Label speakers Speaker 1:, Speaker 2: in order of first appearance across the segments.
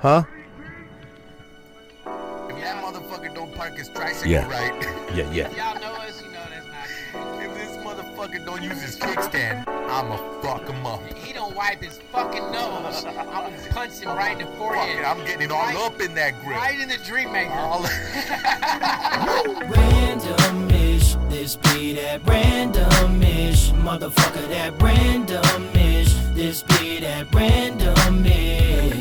Speaker 1: Huh?
Speaker 2: If that motherfucker don't park his tricycle
Speaker 1: Yeah.
Speaker 2: right,
Speaker 1: Yeah, yeah.
Speaker 3: Y'all know us, you know that's not
Speaker 2: if this motherfucker don't use his kickstand, I'ma fuck him up.
Speaker 3: good. He don't wipe his fucking nose. I'm gonna punch him right in the
Speaker 2: Fuck
Speaker 3: forehead.
Speaker 2: it, I'm getting it all
Speaker 3: Right-
Speaker 2: up in that grill.
Speaker 3: Right in the dream maker.
Speaker 2: All-
Speaker 4: Randomish, this be that randomish, motherfucker that randomish, this be that randomish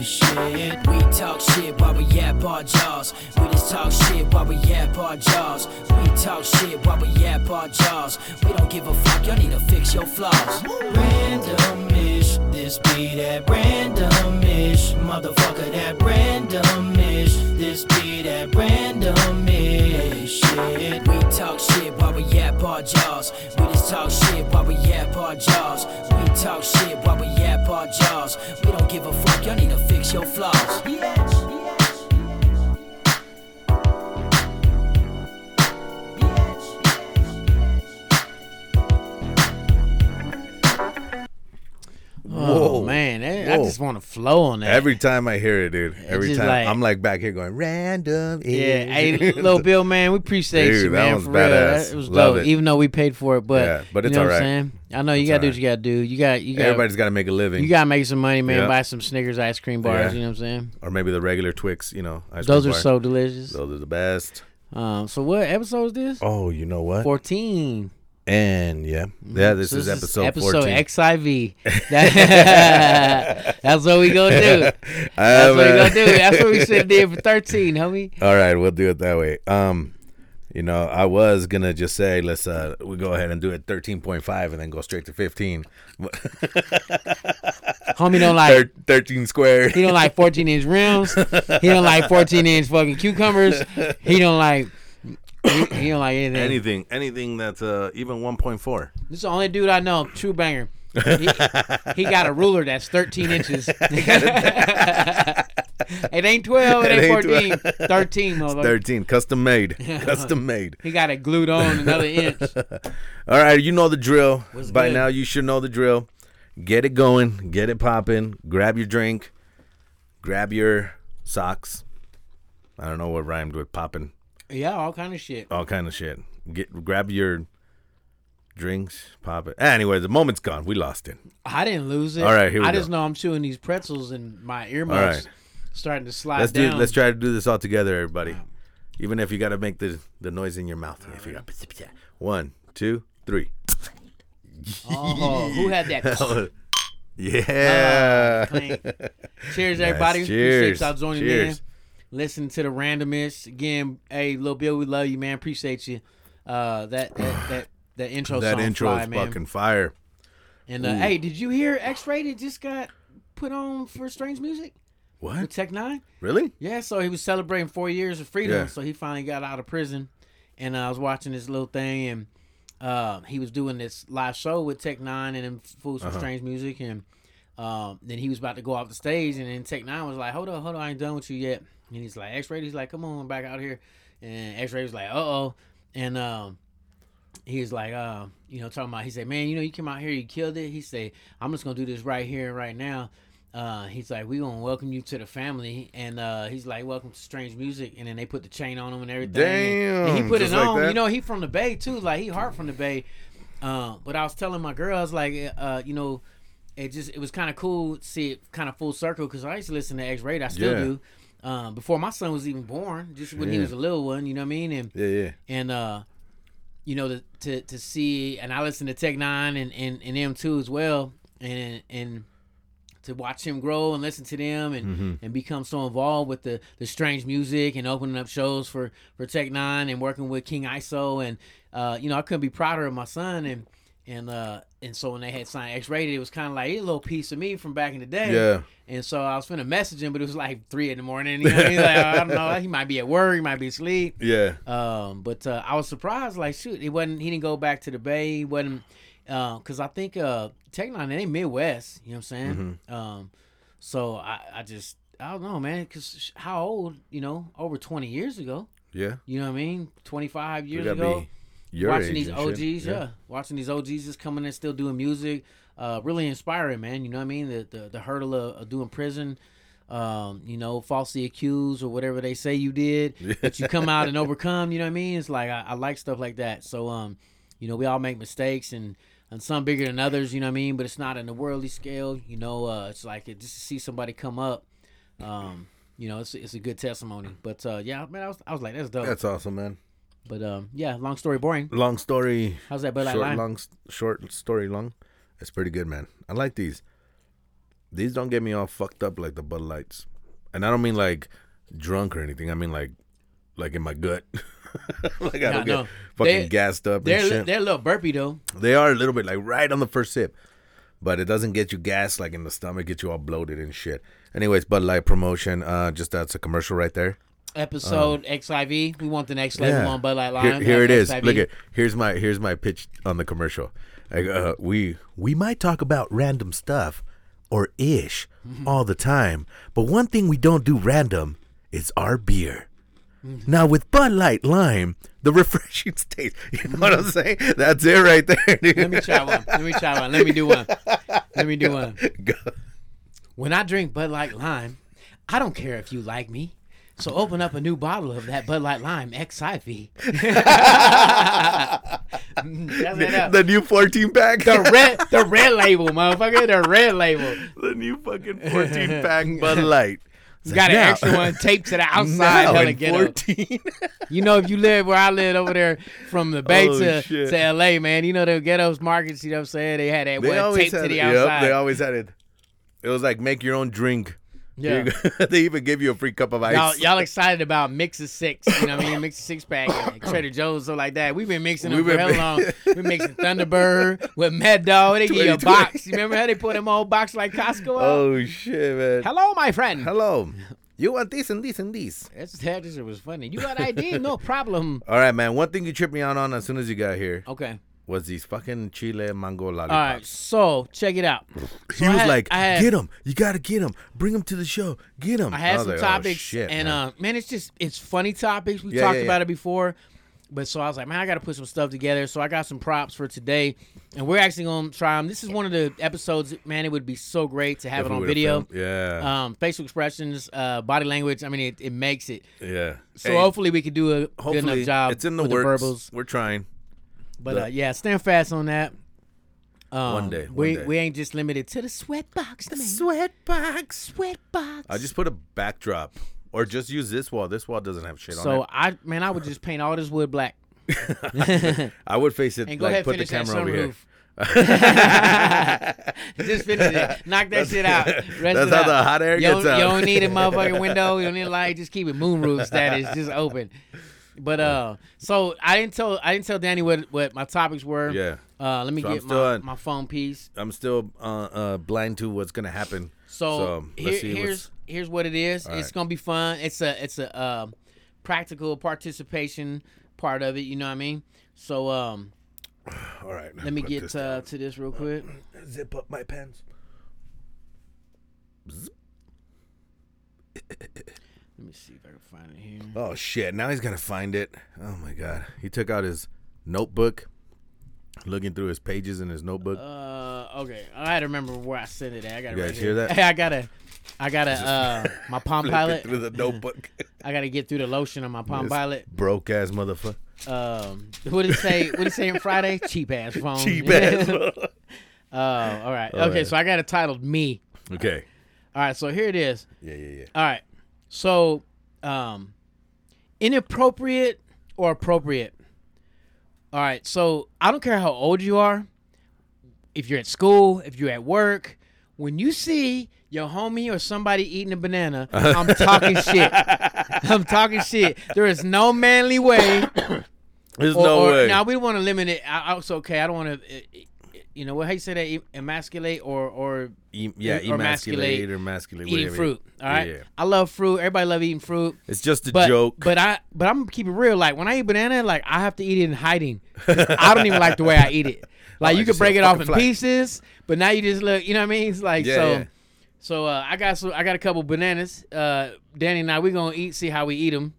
Speaker 4: shit. We talk shit while we yap our jaws. We just talk shit while we yap our jaws. We talk shit while we yap our jaws. We don't give a fuck, y'all need to fix your flaws. Randomish, this be that randomish, motherfucker that randomish, this be that randomish shit. We talk shit while we yap our jaws. We just talk shit while we yap our jaws. We talk shit while we yap our jaws. We don't give a fuck, y'all need to fix your flaws.
Speaker 1: Whoa.
Speaker 5: Oh man, that, I
Speaker 1: Whoa.
Speaker 5: just want to flow on that.
Speaker 1: Every time I hear it, dude. Every
Speaker 5: just
Speaker 1: time
Speaker 5: like-
Speaker 1: I'm like back here going random.
Speaker 5: yeah,
Speaker 1: is-
Speaker 5: hey, little Bill, man, we appreciate
Speaker 1: Dude,
Speaker 5: you,
Speaker 1: that
Speaker 5: man,
Speaker 1: one's
Speaker 5: for real.
Speaker 1: badass.
Speaker 5: That- It was
Speaker 1: Love
Speaker 5: dope,
Speaker 1: it.
Speaker 5: even though we paid for it. But
Speaker 1: Yeah, but it's
Speaker 5: you know
Speaker 1: all
Speaker 5: what I'm
Speaker 1: right.
Speaker 5: saying? I know you gotta do
Speaker 1: all
Speaker 5: what you gotta do. You got you got
Speaker 1: Everybody's got to make a living,
Speaker 5: you gotta make some money, man.
Speaker 1: Yeah.
Speaker 5: Buy some Snickers ice cream
Speaker 1: Yeah.
Speaker 5: bars. You know what I'm saying?
Speaker 1: or maybe the regular Twix. You know, ice
Speaker 5: Those
Speaker 1: cream
Speaker 5: are
Speaker 1: bar.
Speaker 5: so delicious.
Speaker 1: Those are the best.
Speaker 5: Um, so what episode is this?
Speaker 1: Oh, you know what?
Speaker 5: Fourteen.
Speaker 1: and yeah, yeah. This
Speaker 5: Mm-hmm. So
Speaker 1: is episode
Speaker 5: episode
Speaker 1: fourteen.
Speaker 5: XIV. That- that's what we gonna do. That's
Speaker 1: Ah,
Speaker 5: what we
Speaker 1: man.
Speaker 5: gonna do. That's what we should have did for thirteen, homie.
Speaker 1: All right, we'll do it that way. Um, you know, I was gonna just say let's uh we go ahead and do it thirteen point five and then go straight to fifteen.
Speaker 5: Uh, Homie don't like
Speaker 1: Thir- thirteen squared.
Speaker 5: He don't like 14 inch rims. He don't like 14 inch fucking cucumbers. He don't like. He, he don't like anything.
Speaker 1: anything, anything that's uh even one point four.
Speaker 5: This is the only dude I know, true banger. He, he got a ruler that's 13 inches. it ain't 12. It,
Speaker 1: It
Speaker 5: ain't
Speaker 1: ain't
Speaker 5: 14. 13, motherfucker.
Speaker 1: Thirteen, custom made, custom made.
Speaker 5: He got it glued on another inch.
Speaker 1: All right, you know the drill. By
Speaker 5: good?
Speaker 1: now, you should know the drill. Get it going, get it popping. Grab your drink, grab your socks. I don't know what rhymed with popping.
Speaker 5: Yeah, all kind of shit.
Speaker 1: all kind of shit. Get grab your drinks, pop it. Anyway, the moment's gone. We lost it.
Speaker 5: I didn't lose it.
Speaker 1: All right, here we
Speaker 5: I just
Speaker 1: go.
Speaker 5: know I'm chewing these pretzels and my earmuffs
Speaker 1: All right.
Speaker 5: starting to slide
Speaker 1: Let's
Speaker 5: down.
Speaker 1: do. Let's try to do this all together, everybody. Even if you got to make the the noise in your mouth. If you got one, two, three.
Speaker 5: Oh, who had that?
Speaker 1: yeah.
Speaker 5: Clink. cheers, everybody.
Speaker 1: cheers.
Speaker 5: Appreciate y'all joining
Speaker 1: Cheers.
Speaker 5: in. Listen to the randomness again. Hey, Lil Bill, we love you, man. Appreciate you. Uh, that that that, that intro
Speaker 1: that
Speaker 5: song
Speaker 1: intro
Speaker 5: fly,
Speaker 1: is
Speaker 5: man.
Speaker 1: fucking fire.
Speaker 5: and uh, hey, did you hear X Rated just got put on for Strange Music with
Speaker 1: What?
Speaker 5: Tech Nine?
Speaker 1: Really?
Speaker 5: Yeah, so he was celebrating four years of freedom.
Speaker 1: Yeah.
Speaker 5: So he finally got out of prison, and uh, I was watching this little thing, and uh, he was doing this live show with Tech Nine and them Fools from Strange Music, and um, then he was about to go off the stage, and then Tech Nine was like, "Hold on, hold on, I ain't done with you yet." And he's like, "X-Ray," he's like, "Come on, back out here," and X-Ray was like, "Uh oh," and um, he was like, uh, you know, talking about. He said, "Man, you know, you came out here, you killed it." He said, "I'm just gonna do this right here, and right now." Uh, he's like, "We gonna welcome you to the family," and uh, he's like, "Welcome to Strange Music," and then they put the chain on him and everything. and, and he
Speaker 1: Damn,
Speaker 5: put it
Speaker 1: just like
Speaker 5: on.
Speaker 1: that?
Speaker 5: You know, he from the Bay too. Like he hard from the Bay. Uh, but I was telling my girl, I was like, uh, you know, it just it was kind of cool to see it kind of full circle because I used to listen to X Rated. I still
Speaker 1: Yeah.
Speaker 5: do. Um, before my son was even born, just when he
Speaker 1: Yeah.
Speaker 5: was a little one, you know what I mean? And
Speaker 1: Yeah, yeah.
Speaker 5: and uh you know to to, to see and i listen to tech nine and and, and them too as well and and to watch him grow and listen to them and, and become so involved with the, the strange music and opening up shows for, for Tech Nine and working with King ISO and uh, you know I couldn't be prouder of my son and and uh, and so when they had signed X Rated it was kind of like a little piece of me from back in the day
Speaker 1: Yeah.
Speaker 5: and so I was finna message him but it was like three in the morning you know what I mean? like, I don't know he might be at work he might be asleep
Speaker 1: Yeah.
Speaker 5: um, but uh, I was surprised. Like, shoot, it wasn't. He didn't go back to the Bay. He wasn't because I think uh, Tech Nine they Midwest. You know what I'm saying? Um, so I, I just I don't know, man. Because how old? You know, over 20 years ago.
Speaker 1: Yeah.
Speaker 5: You know what I mean? 25
Speaker 1: You
Speaker 5: years
Speaker 1: gotta
Speaker 5: ago.
Speaker 1: be your
Speaker 5: watching
Speaker 1: age
Speaker 5: these
Speaker 1: and shit.
Speaker 5: OGs, yeah. watching these OGs just coming and still doing music, uh, really inspiring, man. You know what I mean? The the, the hurdle of, of doing prison, um, you know, falsely accused or whatever they say you did, but you come out and overcome. You know what I mean? It's like I, I like stuff like that. So, um, you know, we all make mistakes and and some bigger than others. You know what I mean? But it's not in the worldly scale. You know, uh, it's like it, just to see somebody come up. Um, you know, it's it's a good testimony. But uh, yeah, man, I was I was like, that's dope.
Speaker 1: That's awesome, man.
Speaker 5: but um, yeah, long story boring.
Speaker 1: Long story.
Speaker 5: How's that Bud Light
Speaker 1: short
Speaker 5: Lime?
Speaker 1: long s- short story long. It's pretty good, man. I like these. These don't get me all fucked up like the Bud Lights, and I don't mean like drunk or anything. I mean like like in my gut. like I
Speaker 5: Nah,
Speaker 1: don't get
Speaker 5: no.
Speaker 1: fucking
Speaker 5: They-
Speaker 1: gassed up and
Speaker 5: They're
Speaker 1: shit.
Speaker 5: they're a little burpy though.
Speaker 1: They are a little bit like right on the first sip, but it doesn't get you gas like in the stomach, get you all bloated and shit. Anyways, Bud Light promotion. Uh, just that's a commercial right there.
Speaker 5: Episode XIV. We want the next level on Bud Light Lime.
Speaker 1: Uh. Here, here it is.
Speaker 5: That's
Speaker 1: Look
Speaker 5: XIV.
Speaker 1: at here's my here's my pitch on the commercial. Like, uh, we we might talk about random stuff or ish
Speaker 5: Mm-hmm.
Speaker 1: all the time, but one thing we don't do random is our beer. Now with Bud Light Lime, the refreshing taste. You know what I'm saying? That's it right there. Dude.
Speaker 5: Mm-hmm. Let me try one. Let me try one. Let me do one. Let me do one.
Speaker 1: Go.
Speaker 5: When I drink Bud Light Lime, I don't care if you like me. So open up a new bottle of that Bud Light Lime XIV. Jazz that Mm, up.
Speaker 1: the new 14 pack.
Speaker 5: The red, the red label, motherfucker. The red label.
Speaker 1: the new fucking 14 pack Bud Light. It's
Speaker 5: Got
Speaker 1: like,
Speaker 5: an
Speaker 1: now-
Speaker 5: extra one taped to the outside.
Speaker 1: Now
Speaker 5: hella
Speaker 1: in
Speaker 5: ghetto.
Speaker 1: 14.
Speaker 5: You know, if you live where I live over there from the Bay
Speaker 1: Oh,
Speaker 5: to,
Speaker 1: shit.
Speaker 5: to LA, man, you know, the ghettos markets, you know what I'm saying? They had that
Speaker 1: They
Speaker 5: one
Speaker 1: always
Speaker 5: taped to
Speaker 1: had
Speaker 5: the
Speaker 1: it. Yep,
Speaker 5: outside.
Speaker 1: they always had it. It was like make your own drink.
Speaker 5: yeah.
Speaker 1: they even give you a free cup of ice.
Speaker 5: Y'all, y'all excited about mix of six? You know what I mean? Mix of six pack, and Trader Joe's, stuff like that. We've been mixing them
Speaker 1: We've
Speaker 5: for
Speaker 1: been
Speaker 5: hell long. We're mixing Thunderbird with Mad Dog. They give you a
Speaker 1: 2020.
Speaker 5: box. You remember how they put them old box like Costco? out?
Speaker 1: oh shit, man.
Speaker 5: Hello, my friend.
Speaker 1: Hello. You want this and this and this.
Speaker 5: That's that just was funny. You got ID? No problem.
Speaker 1: All right, man. One thing you tripped me out on as soon as you got here
Speaker 5: Okay.
Speaker 1: was these fucking chile mango lollipops.
Speaker 5: All right. So check it out. So
Speaker 1: He
Speaker 5: I
Speaker 1: was
Speaker 5: had-
Speaker 1: like,
Speaker 5: I had-
Speaker 1: "Get him! You gotta get him! Bring him to the show! Get him!"
Speaker 5: I had
Speaker 1: was
Speaker 5: some
Speaker 1: like, oh,
Speaker 5: topics,
Speaker 1: shit,
Speaker 5: and
Speaker 1: man.
Speaker 5: uh, man, it's just it's funny topics. We
Speaker 1: Yeah,
Speaker 5: talked
Speaker 1: yeah,
Speaker 5: about
Speaker 1: yeah.
Speaker 5: it before, but so I was like, man, I got to put some stuff together. So I got some props for today, and we're actually gonna try them. This is one of the episodes, man. It would be so great to have
Speaker 1: If
Speaker 5: it
Speaker 1: we
Speaker 5: on
Speaker 1: would've
Speaker 5: video.
Speaker 1: filmed- Yeah,
Speaker 5: Um, facial expressions, uh, body language. I mean, it, it makes it.
Speaker 1: yeah.
Speaker 5: So
Speaker 1: Hey,
Speaker 5: hopefully we could do a
Speaker 1: hopefully
Speaker 5: good enough job.
Speaker 1: it's in the
Speaker 5: with
Speaker 1: works.
Speaker 5: verbals,
Speaker 1: We're trying.
Speaker 5: but
Speaker 1: the-
Speaker 5: uh, yeah, stand fast on that. Um,
Speaker 1: One day, one
Speaker 5: we
Speaker 1: day.
Speaker 5: we ain't just limited to the sweatbox, man.
Speaker 1: Sweatbox.
Speaker 5: sweatbox.
Speaker 1: I just put a backdrop, or just use this wall. This wall doesn't have shit on
Speaker 5: So
Speaker 1: it.
Speaker 5: I man, I would just paint all this wood black.
Speaker 1: I would face it
Speaker 5: And go
Speaker 1: like
Speaker 5: ahead
Speaker 1: put the
Speaker 5: finish that
Speaker 1: camera over here.
Speaker 5: sunroof. Just finish it. Knock that shit out. Rest
Speaker 1: that's
Speaker 5: it
Speaker 1: how
Speaker 5: out.
Speaker 1: the hot air
Speaker 5: you don't-
Speaker 1: gets out.
Speaker 5: You don't need a motherfucking window. You don't need a light. Just keep it moonroof status. Just open. But uh, so I didn't tell I didn't tell Danny what what my topics were.
Speaker 1: Yeah.
Speaker 5: Uh, let me
Speaker 1: So I'm
Speaker 5: get
Speaker 1: still
Speaker 5: my,
Speaker 1: on-
Speaker 5: my phone piece.
Speaker 1: I'm still uh, uh, blind to what's gonna happen.
Speaker 5: So,
Speaker 1: let's
Speaker 5: here-
Speaker 1: see what's-
Speaker 5: here's here's what it is. It's
Speaker 1: right.
Speaker 5: gonna be fun. It's a it's a um practical participation part of it. You know what I mean? So um,
Speaker 1: All right.
Speaker 5: let me
Speaker 1: put
Speaker 5: get
Speaker 1: this
Speaker 5: uh, to this real quick.
Speaker 1: down. zip up my pants.
Speaker 5: Let me see if I can find it here.
Speaker 1: Oh shit! Now he's gonna find it. Oh my god! He took out his notebook, looking through his pages in his notebook.
Speaker 5: Uh, okay. I had to remember where I sent it. At. I got
Speaker 1: You
Speaker 5: right
Speaker 1: guys
Speaker 5: here.
Speaker 1: hear that?
Speaker 5: Hey, I gotta, I gotta. Uh, my Palm
Speaker 1: Flipping
Speaker 5: Pilot.
Speaker 1: through the notebook.
Speaker 5: I gotta get through the lotion on my Palm Pilot.
Speaker 1: Broke ass motherfucker.
Speaker 5: Um, what did it say? What did it say on Friday? Cheap ass phone.
Speaker 1: Cheap ass. mother-
Speaker 5: Oh, all right.
Speaker 1: All
Speaker 5: okay,
Speaker 1: right.
Speaker 5: so I got it titled "Me."
Speaker 1: okay.
Speaker 5: All right, so here it is.
Speaker 1: Yeah, yeah, yeah.
Speaker 5: All right. So, um, inappropriate or appropriate? All right. So, I don't care how old you are, if you're at school, if you're at work, when you see your homie or somebody eating a banana, I'm talking shit. I'm talking shit. There is no manly way.
Speaker 1: There's
Speaker 5: Or,
Speaker 1: no
Speaker 5: or-
Speaker 1: way.
Speaker 5: Now, we don't want to limit it. I, I, it's okay. I don't want to, you know, what, how you say that? E, Emasculate or, or
Speaker 1: E- yeah,
Speaker 5: or
Speaker 1: emasculate
Speaker 5: emasculate
Speaker 1: or emasculate.
Speaker 5: eating
Speaker 1: whatever.
Speaker 5: fruit. All right.
Speaker 1: Yeah.
Speaker 5: I love fruit. Everybody love eating fruit.
Speaker 1: It's just a
Speaker 5: But
Speaker 1: joke.
Speaker 5: but I but I'm gonna keep it real. Like when I eat banana, like I have to eat it in hiding. 'Cause I don't even like the way I eat it. Like
Speaker 1: like
Speaker 5: you could
Speaker 1: to
Speaker 5: break
Speaker 1: see Oh, a
Speaker 5: it off
Speaker 1: fucking
Speaker 5: in
Speaker 1: fly.
Speaker 5: pieces, but now you just look. You know what I mean? It's like
Speaker 1: Yeah,
Speaker 5: so.
Speaker 1: yeah.
Speaker 5: So uh, I got so I got a couple bananas. Uh, Danny and I we gonna eat. See how we eat them.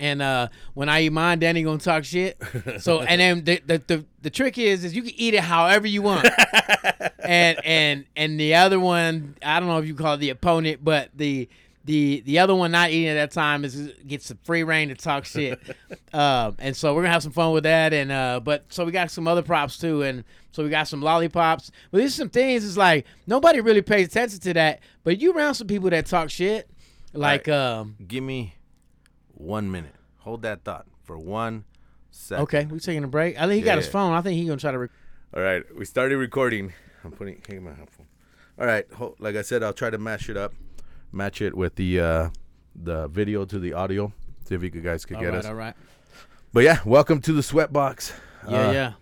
Speaker 5: And uh, when I eat mine, Danny gonna talk shit. So and then the, the the the trick is is you can eat it however you want. and and and the other one, I don't know if you call it the opponent, but the the the other one not eating at that time is gets some free reign to talk shit. um, and so we're gonna have some fun with that. And uh, but so we got some other props too, and so we got some lollipops. But there's some things. It's like nobody really pays attention to that. But you around some people that talk shit, like
Speaker 1: Right.
Speaker 5: um,
Speaker 1: Give me one minute. Hold that thought for one second.
Speaker 5: okay, we're taking a break. I think he got his
Speaker 1: Yeah.
Speaker 5: phone. I think he gonna try to. Rec-
Speaker 1: All right, we started recording. I'm putting taking my headphone. All right, ho- like I said, I'll try to match it up, match it with the uh, the video to the audio. See if you guys could
Speaker 5: all
Speaker 1: get
Speaker 5: right,
Speaker 1: us.
Speaker 5: all right.
Speaker 1: But yeah, welcome to the Sweatbox.
Speaker 5: Yeah,
Speaker 1: Uh,
Speaker 5: yeah.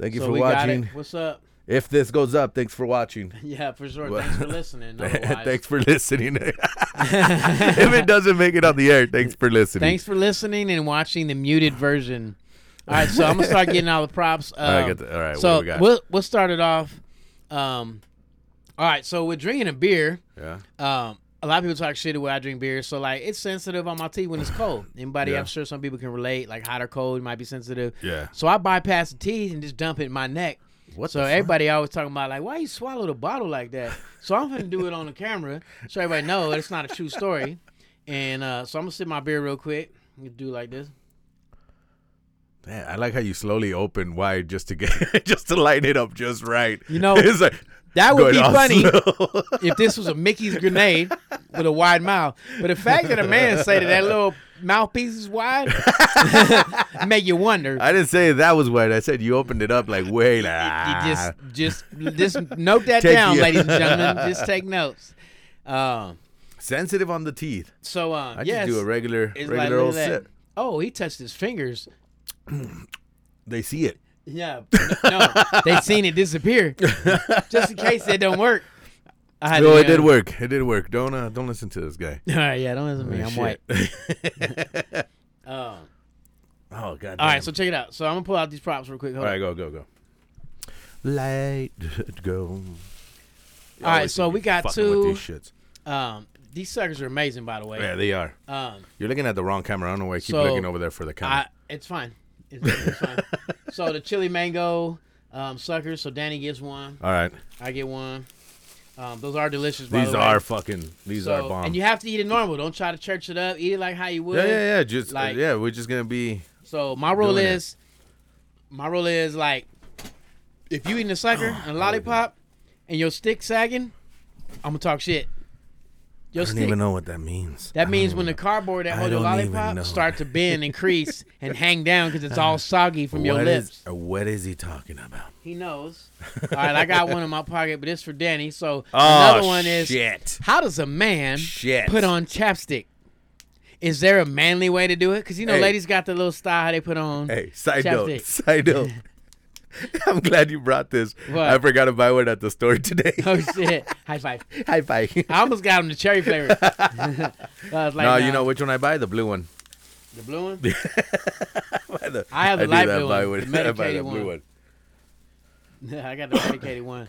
Speaker 1: Thank you
Speaker 5: So
Speaker 1: for
Speaker 5: we got it.
Speaker 1: watching.
Speaker 5: What's up?
Speaker 1: If this goes up, thanks for watching.
Speaker 5: Yeah, for sure.
Speaker 1: Well-
Speaker 5: Thanks for listening. otherwise.
Speaker 1: thanks for listening. if it doesn't make it on the air, thanks for listening.
Speaker 5: Thanks for listening and watching the muted version. All right, so I'm gonna start getting all the props. Um,
Speaker 1: right, get the- all right, what
Speaker 5: so
Speaker 1: do we got?
Speaker 5: will we'll start it off. Um, all right, so with drinking a beer,
Speaker 1: Yeah.
Speaker 5: um, a lot of people talk shit when I drink beer, so like it's sensitive on my teeth when it's cold. Anybody,
Speaker 1: Yeah.
Speaker 5: I'm sure some people can relate. Like hot or cold might be sensitive.
Speaker 1: Yeah.
Speaker 5: So I bypass the teeth and just dump it in my neck. What so e- everybody always talking about like why you swallow the bottle like that? So I'm gonna do it on the camera so everybody know it's not a true story. And uh, so I'm gonna sip my beer real quick. You do like this.
Speaker 1: Man, I like how you slowly open wide just to get just to light it up just right. You
Speaker 5: know,
Speaker 1: it's like,
Speaker 5: that
Speaker 1: going
Speaker 5: would be
Speaker 1: all
Speaker 5: funny.
Speaker 1: slow.
Speaker 5: if this was a Mickey's grenade with a wide mouth. But the fact that a man say that that little mouthpiece is wide make you wonder.
Speaker 1: I didn't say that was wide. I said you opened it up like way like. ah,
Speaker 5: you just just just note that
Speaker 1: Take
Speaker 5: down,
Speaker 1: you-
Speaker 5: ladies and gentlemen. Just take notes. Um,
Speaker 1: sensitive on the teeth.
Speaker 5: so um,
Speaker 1: I
Speaker 5: yes,
Speaker 1: just do a regular
Speaker 5: it's
Speaker 1: regular
Speaker 5: like, look
Speaker 1: old
Speaker 5: at that.
Speaker 1: sip.
Speaker 5: Oh, he touched his fingers.
Speaker 1: They see it.
Speaker 5: Yeah, no, they seen it disappear. Just in case it don't work. I had
Speaker 1: No,
Speaker 5: to-
Speaker 1: Oh, it did work. It did work. Don't uh, don't listen to this guy.
Speaker 5: All right, yeah, don't listen to me. I'm
Speaker 1: Shit.
Speaker 5: white. Um,
Speaker 1: Oh god.
Speaker 5: all right, so check it out. So I'm gonna pull out these props real quick. Hold
Speaker 1: all
Speaker 5: on.
Speaker 1: right, go go go. Light go.
Speaker 5: All right, so we got
Speaker 1: Fucking with
Speaker 5: two-
Speaker 1: these shits.
Speaker 5: Um, these suckers are amazing, by the way.
Speaker 1: Yeah, they are.
Speaker 5: Um,
Speaker 1: You're looking at the wrong camera. I don't know why I keep
Speaker 5: So,
Speaker 1: looking over there for the camera.
Speaker 5: I, it's fine. It's, it's fine. So the chili mango um, suckers. So Danny gets one.
Speaker 1: all right.
Speaker 5: I get one. Um, those are delicious. By
Speaker 1: These
Speaker 5: the way.
Speaker 1: are fucking. These
Speaker 5: So-
Speaker 1: are bomb.
Speaker 5: And you have to eat it normal. Don't try to church it up. Eat it like how you would.
Speaker 1: yeah, yeah, yeah. Just
Speaker 5: like-
Speaker 1: yeah, we're just gonna be.
Speaker 5: So my rule
Speaker 1: Doing it.
Speaker 5: is, my rule is like, if you eating a sucker
Speaker 1: Oh,
Speaker 5: and a lollipop, and your stick sagging, I'm gonna talk shit. Your
Speaker 1: I don't
Speaker 5: stick.
Speaker 1: even know what that means.
Speaker 5: That means when the cardboard that
Speaker 1: I
Speaker 5: holds your
Speaker 1: don't even know.
Speaker 5: lollipop start to bend and crease and hang down because it's all soggy from your
Speaker 1: What is-
Speaker 5: lips.
Speaker 1: what is he talking about?
Speaker 5: He knows. All right, I got one in my pocket, but it's for Danny. So
Speaker 1: Oh,
Speaker 5: another one is
Speaker 1: shit.
Speaker 5: how does a man
Speaker 1: Shit.
Speaker 5: put on chapstick? Is there a manly way to do it? Because you know,
Speaker 1: Hey.
Speaker 5: ladies got the little style how they put on.
Speaker 1: Hey, side note,
Speaker 5: Chapstick.
Speaker 1: side note. I'm glad you brought this.
Speaker 5: What?
Speaker 1: I forgot to buy one at the store today.
Speaker 5: Oh shit! High five.
Speaker 1: High five.
Speaker 5: I almost got him the cherry flavor. I was like,
Speaker 1: no, you
Speaker 5: nah,
Speaker 1: know which one I buy? The blue one.
Speaker 5: the blue one.
Speaker 1: The-
Speaker 5: I have the
Speaker 1: do
Speaker 5: light
Speaker 1: that
Speaker 5: blue
Speaker 1: buy
Speaker 5: one,
Speaker 1: I
Speaker 5: the
Speaker 1: buy
Speaker 5: medicated
Speaker 1: the blue
Speaker 5: one.
Speaker 1: one.
Speaker 5: I got the medicated one.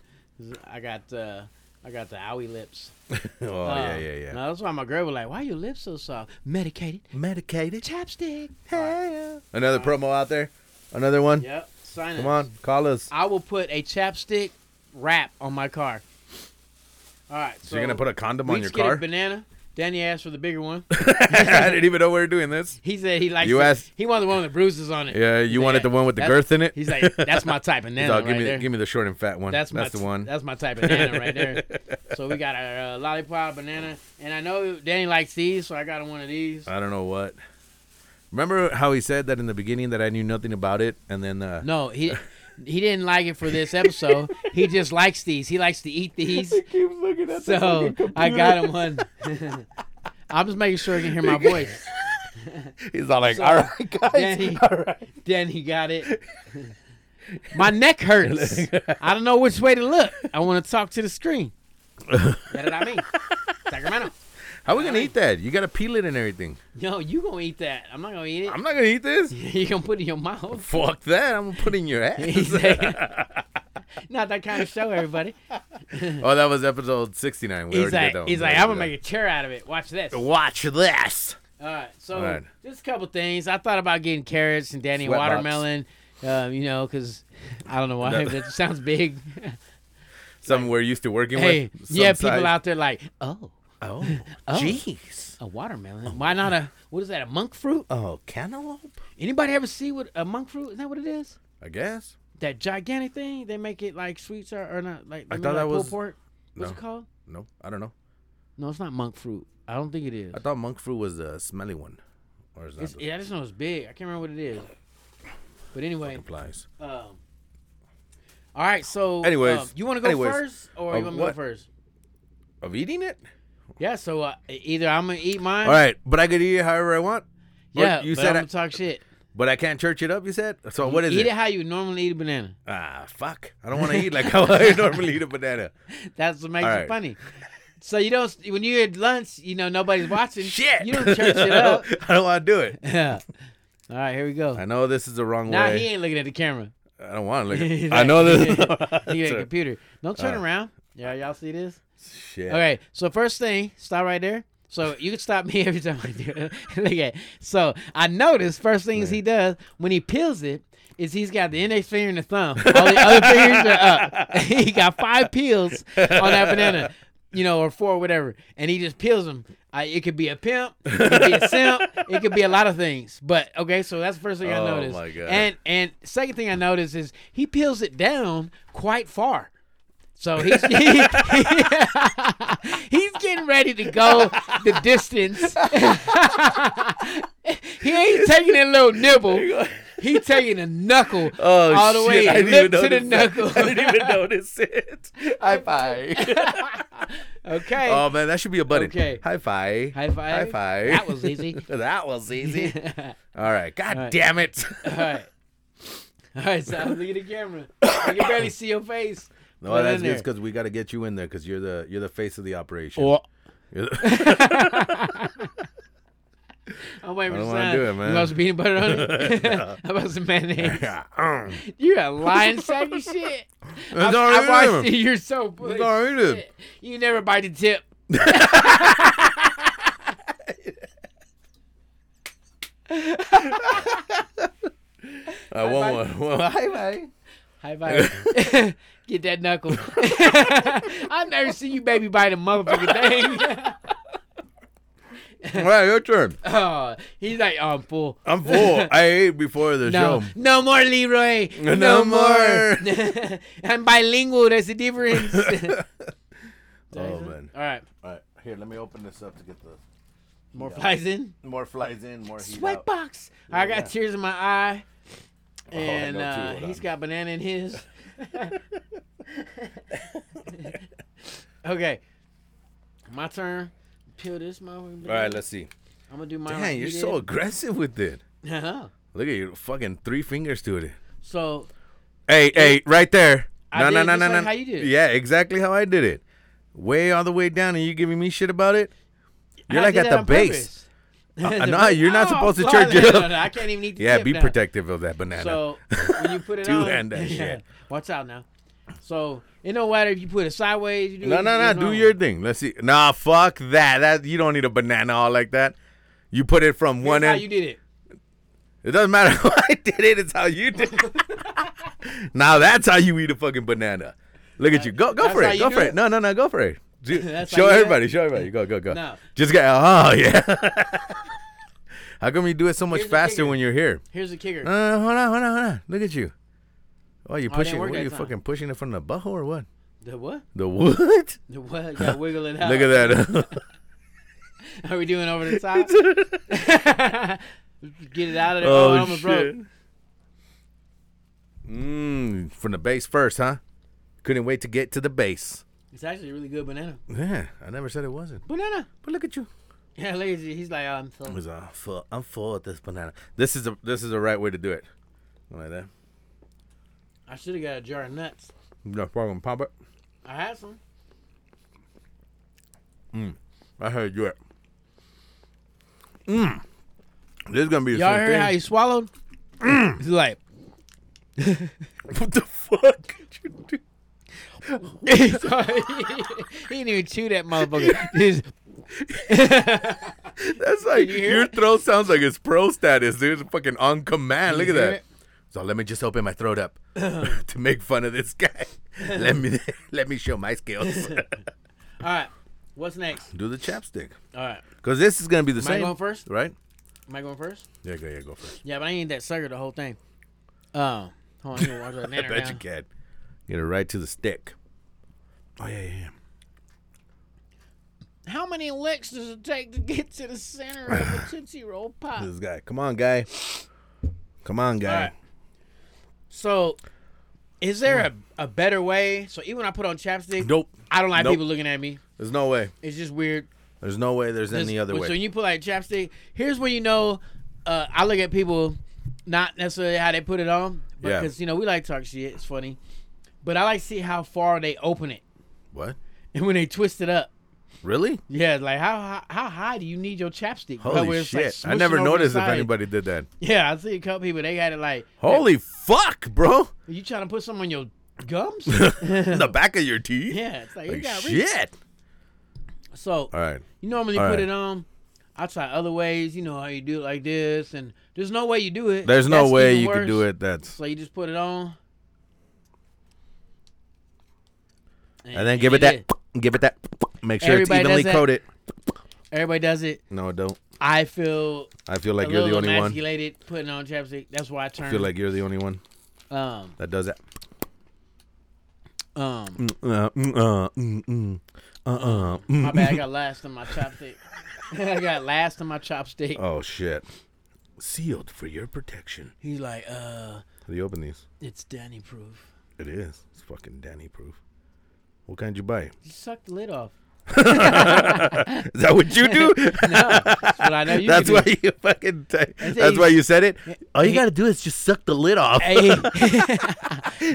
Speaker 5: I got uh, I got the owie lips. Uh,
Speaker 1: Oh yeah, yeah, yeah.
Speaker 5: No, that's why my girl was like, "Why your lips so soft?" Medicated
Speaker 1: Medicated.
Speaker 5: chapstick.
Speaker 1: Another promo out there. Another one.
Speaker 5: Yep. Sign
Speaker 1: Come
Speaker 5: it.
Speaker 1: on, call us.
Speaker 5: I will put a chapstick wrap on my car. All right. So,
Speaker 1: So you're gonna put a condom
Speaker 5: we
Speaker 1: on your
Speaker 5: just get
Speaker 1: car?
Speaker 5: A banana. Danny asked for the bigger one.
Speaker 1: I didn't even know we were doing this.
Speaker 5: He said he likes.
Speaker 1: You
Speaker 5: the-
Speaker 1: asked-
Speaker 5: He wanted the one with the bruises on it.
Speaker 1: Yeah,
Speaker 5: He's
Speaker 1: you
Speaker 5: like,
Speaker 1: wanted the one with the
Speaker 5: that's-
Speaker 1: girth in it.
Speaker 5: He's like, "That's my type of nana
Speaker 1: Dog,
Speaker 5: right
Speaker 1: give me
Speaker 5: there."
Speaker 1: give me the short and fat one.
Speaker 5: that's
Speaker 1: That's, the
Speaker 5: my t-
Speaker 1: one.
Speaker 5: That's my type of nana right there. so we got our uh, lollipop banana, and I know Danny likes these, so I got him one of these.
Speaker 1: I don't know what. Remember how he said that in the beginning that I knew nothing about it, and then uh,
Speaker 5: No, he he didn't like it for this episode. he just likes these. He likes to eat these.
Speaker 1: keeps looking at
Speaker 5: So I got him one. I'm just making sure he can hear my voice.
Speaker 1: He's all like,
Speaker 5: So,
Speaker 1: "All right, guys,
Speaker 5: Danny,
Speaker 1: all right."
Speaker 5: Danny got it. My neck hurts. I don't know which way to look. I want to talk to the screen. That I mean. Sacramento.
Speaker 1: How we gonna eat that? You gotta peel it and everything.
Speaker 5: Yo, you gonna eat that? I'm not gonna eat it.
Speaker 1: I'm not gonna eat this.
Speaker 5: you gonna put it in your mouth?
Speaker 1: Fuck that! I'm gonna put it in your ass.
Speaker 5: He's like- not that kind of show, everybody.
Speaker 1: oh, that was episode 69. We
Speaker 5: He's
Speaker 1: already did
Speaker 5: like,
Speaker 1: that one.
Speaker 5: he's
Speaker 1: We
Speaker 5: like,
Speaker 1: already
Speaker 5: I'm gonna
Speaker 1: did
Speaker 5: make a chair out of it. Watch this.
Speaker 1: that one. Watch this.
Speaker 5: All right. So
Speaker 1: Oh. All right.
Speaker 5: just a couple things. I thought about getting carrots and Danny
Speaker 1: Sweat box.
Speaker 5: watermelon. Um, you know, because I don't know why
Speaker 1: Another-
Speaker 5: that sounds big.
Speaker 1: Something we're used to working
Speaker 5: hey,
Speaker 1: with. some
Speaker 5: yeah, people
Speaker 1: size.
Speaker 5: out there like, oh,
Speaker 6: Oh,
Speaker 5: Oh.
Speaker 6: jeez.
Speaker 5: a watermelon. Why not a what is that? A monk fruit?
Speaker 6: Oh, cantaloupe.
Speaker 5: Anybody ever see what a monk fruit? Is that what it is?
Speaker 1: I guess.
Speaker 5: That gigantic thing? They make it like sweets or, or not like.
Speaker 1: I
Speaker 5: remember
Speaker 1: thought that
Speaker 5: pulled
Speaker 1: was-
Speaker 5: pork? What's
Speaker 1: no.
Speaker 5: it called?
Speaker 1: No, I don't know.
Speaker 5: No, it's not monk fruit. I don't think it is.
Speaker 1: I thought monk fruit was the smelly one, or is that
Speaker 5: It's,
Speaker 1: the
Speaker 5: yeah, I just know it's big. I can't remember what it is. But anyway,
Speaker 1: applies?
Speaker 5: um, all right. So,
Speaker 1: Anyways,
Speaker 5: um, you want to go
Speaker 1: anyways,
Speaker 5: first, or
Speaker 1: uh,
Speaker 5: you want me to
Speaker 1: what?
Speaker 5: go first?
Speaker 1: Of eating it.
Speaker 5: Yeah. So uh, either I'm gonna eat mine.
Speaker 1: All right, but I could eat it however I want. Or
Speaker 5: Yeah.
Speaker 1: you
Speaker 5: but
Speaker 1: said
Speaker 5: I'm
Speaker 1: I-
Speaker 5: gonna talk shit.
Speaker 1: But I can't church it up. You said so. What is
Speaker 5: eat
Speaker 1: it?
Speaker 5: it? how you normally eat a banana.
Speaker 1: ah, fuck! I don't want to eat like how I normally eat a banana.
Speaker 5: That's what makes
Speaker 1: All
Speaker 5: it
Speaker 1: right.
Speaker 5: funny. So you don't when you're at lunch, you know nobody's watching.
Speaker 1: Shit!
Speaker 5: You don't church it up.
Speaker 1: I don't, want to do it.
Speaker 5: Yeah. All right, here we go.
Speaker 1: I know this is the wrong
Speaker 5: Now
Speaker 1: way.
Speaker 5: he ain't looking at the camera.
Speaker 1: I don't want to look.
Speaker 5: He's
Speaker 1: At, I know this. Is the
Speaker 5: Looking at the
Speaker 1: wrong
Speaker 5: computer. Don't turn
Speaker 1: Uh.
Speaker 5: around. Yeah, y'all see this?
Speaker 1: Shit.
Speaker 5: All right. So first thing, stop right there. So you can stop me every time I do it. Look at. So I noticed first things he does when he peels it is he's got the index finger and the thumb. All the other fingers are up. he got five peels on that banana. You know, or four, whatever, and he just peels them. I, it could be a pimp, it could be a simp, it could be a lot of things. But okay, so that's the first thing I
Speaker 1: Oh,
Speaker 5: noticed.
Speaker 1: my God.
Speaker 5: And and second thing I noticed is he peels it down quite far. So he's he- he's getting ready to go the distance. he ain't taking a little nibble. He taking a knuckle
Speaker 1: Oh,
Speaker 5: all the
Speaker 1: shit.
Speaker 5: way
Speaker 1: I didn't
Speaker 5: lip
Speaker 1: even
Speaker 5: to the
Speaker 1: notice
Speaker 5: knuckle.
Speaker 1: that. I didn't even notice it. High five.
Speaker 5: okay.
Speaker 1: oh, man, that should be a button.
Speaker 5: Okay.
Speaker 1: High five.
Speaker 5: High five.
Speaker 1: High five.
Speaker 5: That was easy.
Speaker 1: that was easy.
Speaker 5: all
Speaker 1: All right. God
Speaker 5: All right.
Speaker 1: damn it.
Speaker 5: right. All right, so look at the camera. I can barely see your face. Put
Speaker 1: no,
Speaker 5: it
Speaker 1: that's
Speaker 5: in
Speaker 1: good
Speaker 5: there. Oh.
Speaker 1: because we got to get you in there because you're the you're the face of the operation.
Speaker 5: Or
Speaker 1: You're the-
Speaker 5: I'm waiting
Speaker 1: I
Speaker 5: for
Speaker 1: don't
Speaker 5: the
Speaker 1: wanna
Speaker 5: sound.
Speaker 1: do it, man.
Speaker 5: You want some peanut butter on it? How about some mayonnaise?
Speaker 1: Mm.
Speaker 5: You're a lying sack of shit. I,
Speaker 1: It's all
Speaker 5: I
Speaker 1: right
Speaker 5: watched
Speaker 1: there.
Speaker 5: it. You're so full of
Speaker 1: It's all right there.
Speaker 5: shit. You never bite the tip.
Speaker 1: Uh, one, one, one. High five.
Speaker 5: High five. Get that knuckle. I've never seen you baby bite a motherfucking thing.
Speaker 1: All right, your turn.
Speaker 5: oh, he's like, oh, I'm full.
Speaker 1: I'm full. I ate before the
Speaker 5: No,
Speaker 1: show.
Speaker 5: no more, Leroy.
Speaker 1: No
Speaker 5: No,
Speaker 1: more.
Speaker 5: more. I'm bilingual. There's a difference.
Speaker 1: Oh, man.
Speaker 5: All right.
Speaker 1: All right, here, let me open this up to get the
Speaker 5: More flies in.
Speaker 1: more flies in, more heat out.
Speaker 5: Sweatbox. I got tears in my eye. And
Speaker 1: know too.
Speaker 5: uh,
Speaker 1: Hold
Speaker 5: he's
Speaker 1: on.
Speaker 5: got banana in his. okay. My turn. Peel this motherfucker.
Speaker 1: All right, let's see.
Speaker 5: I'm gonna do mine.
Speaker 1: Damn,
Speaker 5: like
Speaker 1: you're
Speaker 5: he
Speaker 1: so
Speaker 5: did.
Speaker 1: aggressive with it.
Speaker 5: Uh-huh.
Speaker 1: Look at you, fucking three fingers to it.
Speaker 5: So
Speaker 1: Hey, hey, right there.
Speaker 5: I did it just like how you did it.
Speaker 1: Yeah, exactly how I did it. Way all the way down, and you giving me shit about it. You're
Speaker 5: I
Speaker 1: like
Speaker 5: did
Speaker 1: at
Speaker 5: that
Speaker 1: the
Speaker 5: on
Speaker 1: base.
Speaker 5: purpose.
Speaker 1: I
Speaker 5: The
Speaker 1: know,
Speaker 5: base-
Speaker 1: you're not
Speaker 5: Oh,
Speaker 1: supposed to
Speaker 5: fuck,
Speaker 1: church
Speaker 5: no,
Speaker 1: it
Speaker 5: no,
Speaker 1: up.
Speaker 5: no, I can't even eat the
Speaker 1: Yeah,
Speaker 5: tip
Speaker 1: be
Speaker 5: now.
Speaker 1: protective of that banana.
Speaker 5: So when you put it on,
Speaker 1: Two-hand that shit.
Speaker 5: Watch out now. So it don't matter if you put it sideways. You do
Speaker 1: no,
Speaker 5: it,
Speaker 1: no, no.
Speaker 5: you
Speaker 1: Do your thing. Let's see. Nah, fuck that. That you don't need a banana all like that. You put it from
Speaker 5: Here's
Speaker 1: one
Speaker 5: how
Speaker 1: end.
Speaker 5: you did it.
Speaker 1: It doesn't matter how I did it, it's how you did it. now that's how you eat a fucking banana. Look at you. Go go
Speaker 5: That's
Speaker 1: for
Speaker 5: how
Speaker 1: it.
Speaker 5: you
Speaker 1: Go
Speaker 5: do
Speaker 1: for it.
Speaker 5: it?
Speaker 1: No, no, no, go for it. Ju-
Speaker 5: That's
Speaker 1: show
Speaker 5: how you do
Speaker 1: everybody, show everybody. Go, go, go.
Speaker 5: No.
Speaker 1: Just get oh yeah. how come you do it so much
Speaker 5: Here's the
Speaker 1: faster
Speaker 5: kicker.
Speaker 1: when you're here?
Speaker 5: Here's the kicker.
Speaker 1: No, no, no, hold on, hold on, hold on. Look at you. Oh, you
Speaker 5: Oh, it
Speaker 1: pushing
Speaker 5: didn't
Speaker 1: what
Speaker 5: work
Speaker 1: are
Speaker 5: that
Speaker 1: you
Speaker 5: time.
Speaker 1: fucking pushing it from the butthole or what?
Speaker 5: The what?
Speaker 1: The what?
Speaker 5: The what? Gotta wiggle it out.
Speaker 1: Look at that.
Speaker 5: Are we doing over the top? Get it out of there. Oh, I
Speaker 1: oh
Speaker 5: almost broke.
Speaker 1: shit. Mmm, from the base first, huh? Couldn't wait to get to the base.
Speaker 5: It's actually a really good banana.
Speaker 1: Yeah, I never said it wasn't.
Speaker 5: Banana.
Speaker 1: But look at you.
Speaker 5: Yeah, look at you. He's like, oh, I'm full.
Speaker 1: He's, uh, full- I'm full of this banana. This is a this is the right way to do it. Like that.
Speaker 5: I should have got a jar of nuts.
Speaker 1: No fucking pop it.
Speaker 5: I had some.
Speaker 1: I heard you. Mmm. This is gonna be the
Speaker 5: Y'all
Speaker 1: same
Speaker 5: heard
Speaker 1: thing.
Speaker 5: how he swallowed?
Speaker 1: Mm.
Speaker 5: He's like,
Speaker 1: what the fuck? Did you do?
Speaker 5: Sorry. he didn't even chew that motherfucker. He's-
Speaker 1: That's like
Speaker 5: you hear
Speaker 1: your
Speaker 5: it?
Speaker 1: throat sounds like it's pro status, dude. It's fucking on command. Look
Speaker 5: you
Speaker 1: at that.
Speaker 5: hear it?
Speaker 1: So let me just open my throat up to make fun of this guy. let me let me show my skills.
Speaker 5: All right. What's next?
Speaker 1: Do the chapstick.
Speaker 5: All right.
Speaker 1: Cause this is gonna be the
Speaker 5: Am I
Speaker 1: same.
Speaker 5: going first?
Speaker 1: right?
Speaker 5: Am I going first?
Speaker 1: Yeah, go, yeah, go first.
Speaker 5: Yeah, but I ain't that sucker the whole thing. Oh, hold on. I'm gonna watch that
Speaker 1: I
Speaker 5: banner
Speaker 1: bet
Speaker 5: now.
Speaker 1: you can. Get it right to the stick. Oh yeah, yeah, yeah.
Speaker 5: How many licks does it take to get to the center of a Tootsie Roll Pop?
Speaker 1: This guy. Come on, guy. Come on,
Speaker 5: All
Speaker 1: guy.
Speaker 5: right. So, is there a, a better way? So, even when I put on chapstick,
Speaker 1: Nope.
Speaker 5: I don't like
Speaker 1: Nope.
Speaker 5: people looking at me.
Speaker 1: There's no way.
Speaker 5: It's just weird.
Speaker 1: There's no way there's any
Speaker 5: This-
Speaker 1: other way.
Speaker 5: So when you put like chapstick, here's when you know. Uh, I look at people, not necessarily how they put it on, but
Speaker 1: Yeah.
Speaker 5: because you know we like to talk shit. It's funny, but I like to see how far they open it
Speaker 1: what?
Speaker 5: and when they twist it up.
Speaker 1: Really?
Speaker 5: Yeah, like how how, how high do you need your chapstick? bro, where
Speaker 1: Holy
Speaker 5: it's, like,
Speaker 1: shit. I
Speaker 5: smooshing
Speaker 1: never
Speaker 5: over the
Speaker 1: noticed if
Speaker 5: side?
Speaker 1: anybody did that.
Speaker 5: Yeah, I see a couple people. They got it like.
Speaker 1: Holy fuck, bro.
Speaker 5: Are you trying to put something on your gums?
Speaker 1: In the back of your teeth.
Speaker 5: yeah, it's like, you
Speaker 1: Like,
Speaker 5: got reach.
Speaker 1: shit.
Speaker 5: So
Speaker 1: All right.
Speaker 5: You normally
Speaker 1: All
Speaker 5: put
Speaker 1: right.
Speaker 5: it on. I try other ways. You know how you do it like this, and there's no way you do it.
Speaker 1: There's no
Speaker 5: That's
Speaker 1: way
Speaker 5: even
Speaker 1: you could do
Speaker 5: worse.
Speaker 1: it. That's
Speaker 5: So you just put it on,
Speaker 1: and then give it that. Give it that. Make sure
Speaker 5: Everybody
Speaker 1: it's
Speaker 5: does
Speaker 1: evenly
Speaker 5: that.
Speaker 1: coated.
Speaker 5: Everybody does it.
Speaker 1: No, don't.
Speaker 5: I feel
Speaker 1: I feel
Speaker 5: like
Speaker 1: like
Speaker 5: a
Speaker 1: you're
Speaker 5: little
Speaker 1: the only one.
Speaker 5: emasculated putting on chapstick. That's why I
Speaker 1: I
Speaker 5: turn.
Speaker 1: feel like you're the only one
Speaker 5: um
Speaker 1: that does that.
Speaker 5: um.
Speaker 1: Mm, Uh, mm, uh, mm, mm, uh, uh, mm.
Speaker 5: my bad. I got last in my chopstick. I got last in my chopstick.
Speaker 1: Oh shit. Sealed for your protection.
Speaker 5: He's like, uh,
Speaker 1: How do you open these?
Speaker 5: it's Danny proof.
Speaker 1: It is. It's fucking Danny proof. What kind you buy?
Speaker 5: Just suck the lid off.
Speaker 1: Is that what you do?
Speaker 5: No, that's what I know you.
Speaker 1: that's
Speaker 5: can
Speaker 1: why
Speaker 5: do.
Speaker 1: you fucking. T-
Speaker 5: That's
Speaker 1: that's
Speaker 5: it.
Speaker 1: why you said it.
Speaker 6: All you gotta do is just suck the lid off.
Speaker 5: Hey,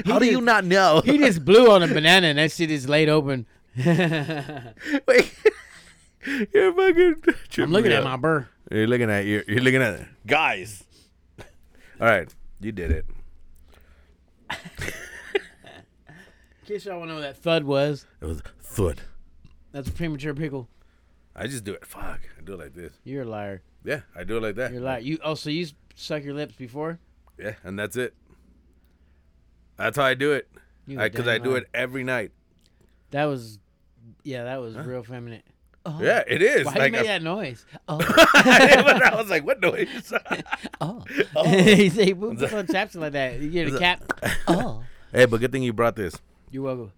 Speaker 6: How do you not know?
Speaker 5: he just blew on a banana, and that shit is laid open.
Speaker 1: Wait. You're fucking.
Speaker 5: I'm looking at my burr.
Speaker 1: You're looking at you. You're looking at guys. All right, you did it.
Speaker 5: In case y'all want to know what that thud was,
Speaker 1: It was thud.
Speaker 5: that's a premature pickle.
Speaker 1: I just do it. Fuck. I do it like this.
Speaker 5: You're a liar.
Speaker 1: Yeah, I do it like that.
Speaker 5: You're a liar. You oh, so you s- suck your lips before?
Speaker 1: Yeah, and that's it. That's how I do it.
Speaker 5: You a
Speaker 1: Because I,
Speaker 5: damn
Speaker 1: do
Speaker 5: liar.
Speaker 1: it every night.
Speaker 5: That was, yeah, that was real feminine.
Speaker 1: Yeah, it is.
Speaker 5: Oh. Why
Speaker 1: like
Speaker 5: you make
Speaker 1: I,
Speaker 5: that noise? Oh,
Speaker 1: I was like, what noise?
Speaker 5: oh. he said he moved his little chaps like that. You hear the cap? oh,
Speaker 1: hey, but good thing you brought this.
Speaker 5: you welcome.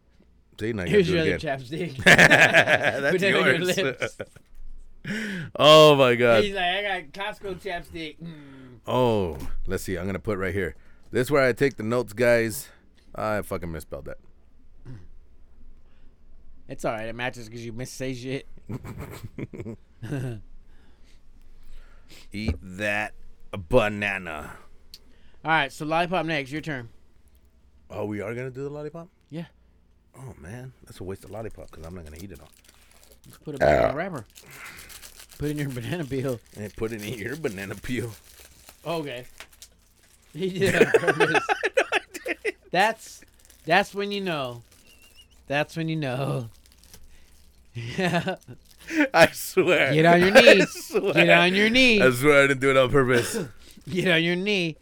Speaker 1: See, now you
Speaker 5: Here's
Speaker 1: do
Speaker 5: your
Speaker 1: it
Speaker 5: other
Speaker 1: again.
Speaker 5: chapstick.
Speaker 1: that's
Speaker 5: Put that on your
Speaker 1: yours.
Speaker 5: lips.
Speaker 1: oh my god.
Speaker 5: He's like, I got Costco chapstick. Mm.
Speaker 1: Oh, let's see. I'm gonna put right here. This is where I take the notes, guys. I fucking misspelled that.
Speaker 5: It's all right. It matches because you miss say shit.
Speaker 1: Eat that banana.
Speaker 5: All right, so lollipop next. Your turn.
Speaker 1: Oh, we are gonna do the lollipop.
Speaker 5: Yeah,
Speaker 1: Oh man, that's a waste of lollipop because I'm not gonna eat it all.
Speaker 5: just put it back in the wrapper. Put it in your banana peel.
Speaker 1: And put it in your banana peel.
Speaker 5: Okay. He did it on purpose. That's that's when you know. That's when you know. Yeah.
Speaker 1: I swear.
Speaker 5: Get on your
Speaker 1: I
Speaker 5: knees.
Speaker 1: swear.
Speaker 5: Get on your
Speaker 1: I
Speaker 5: knee.
Speaker 1: swear I didn't do it on purpose.
Speaker 5: Get on your knee.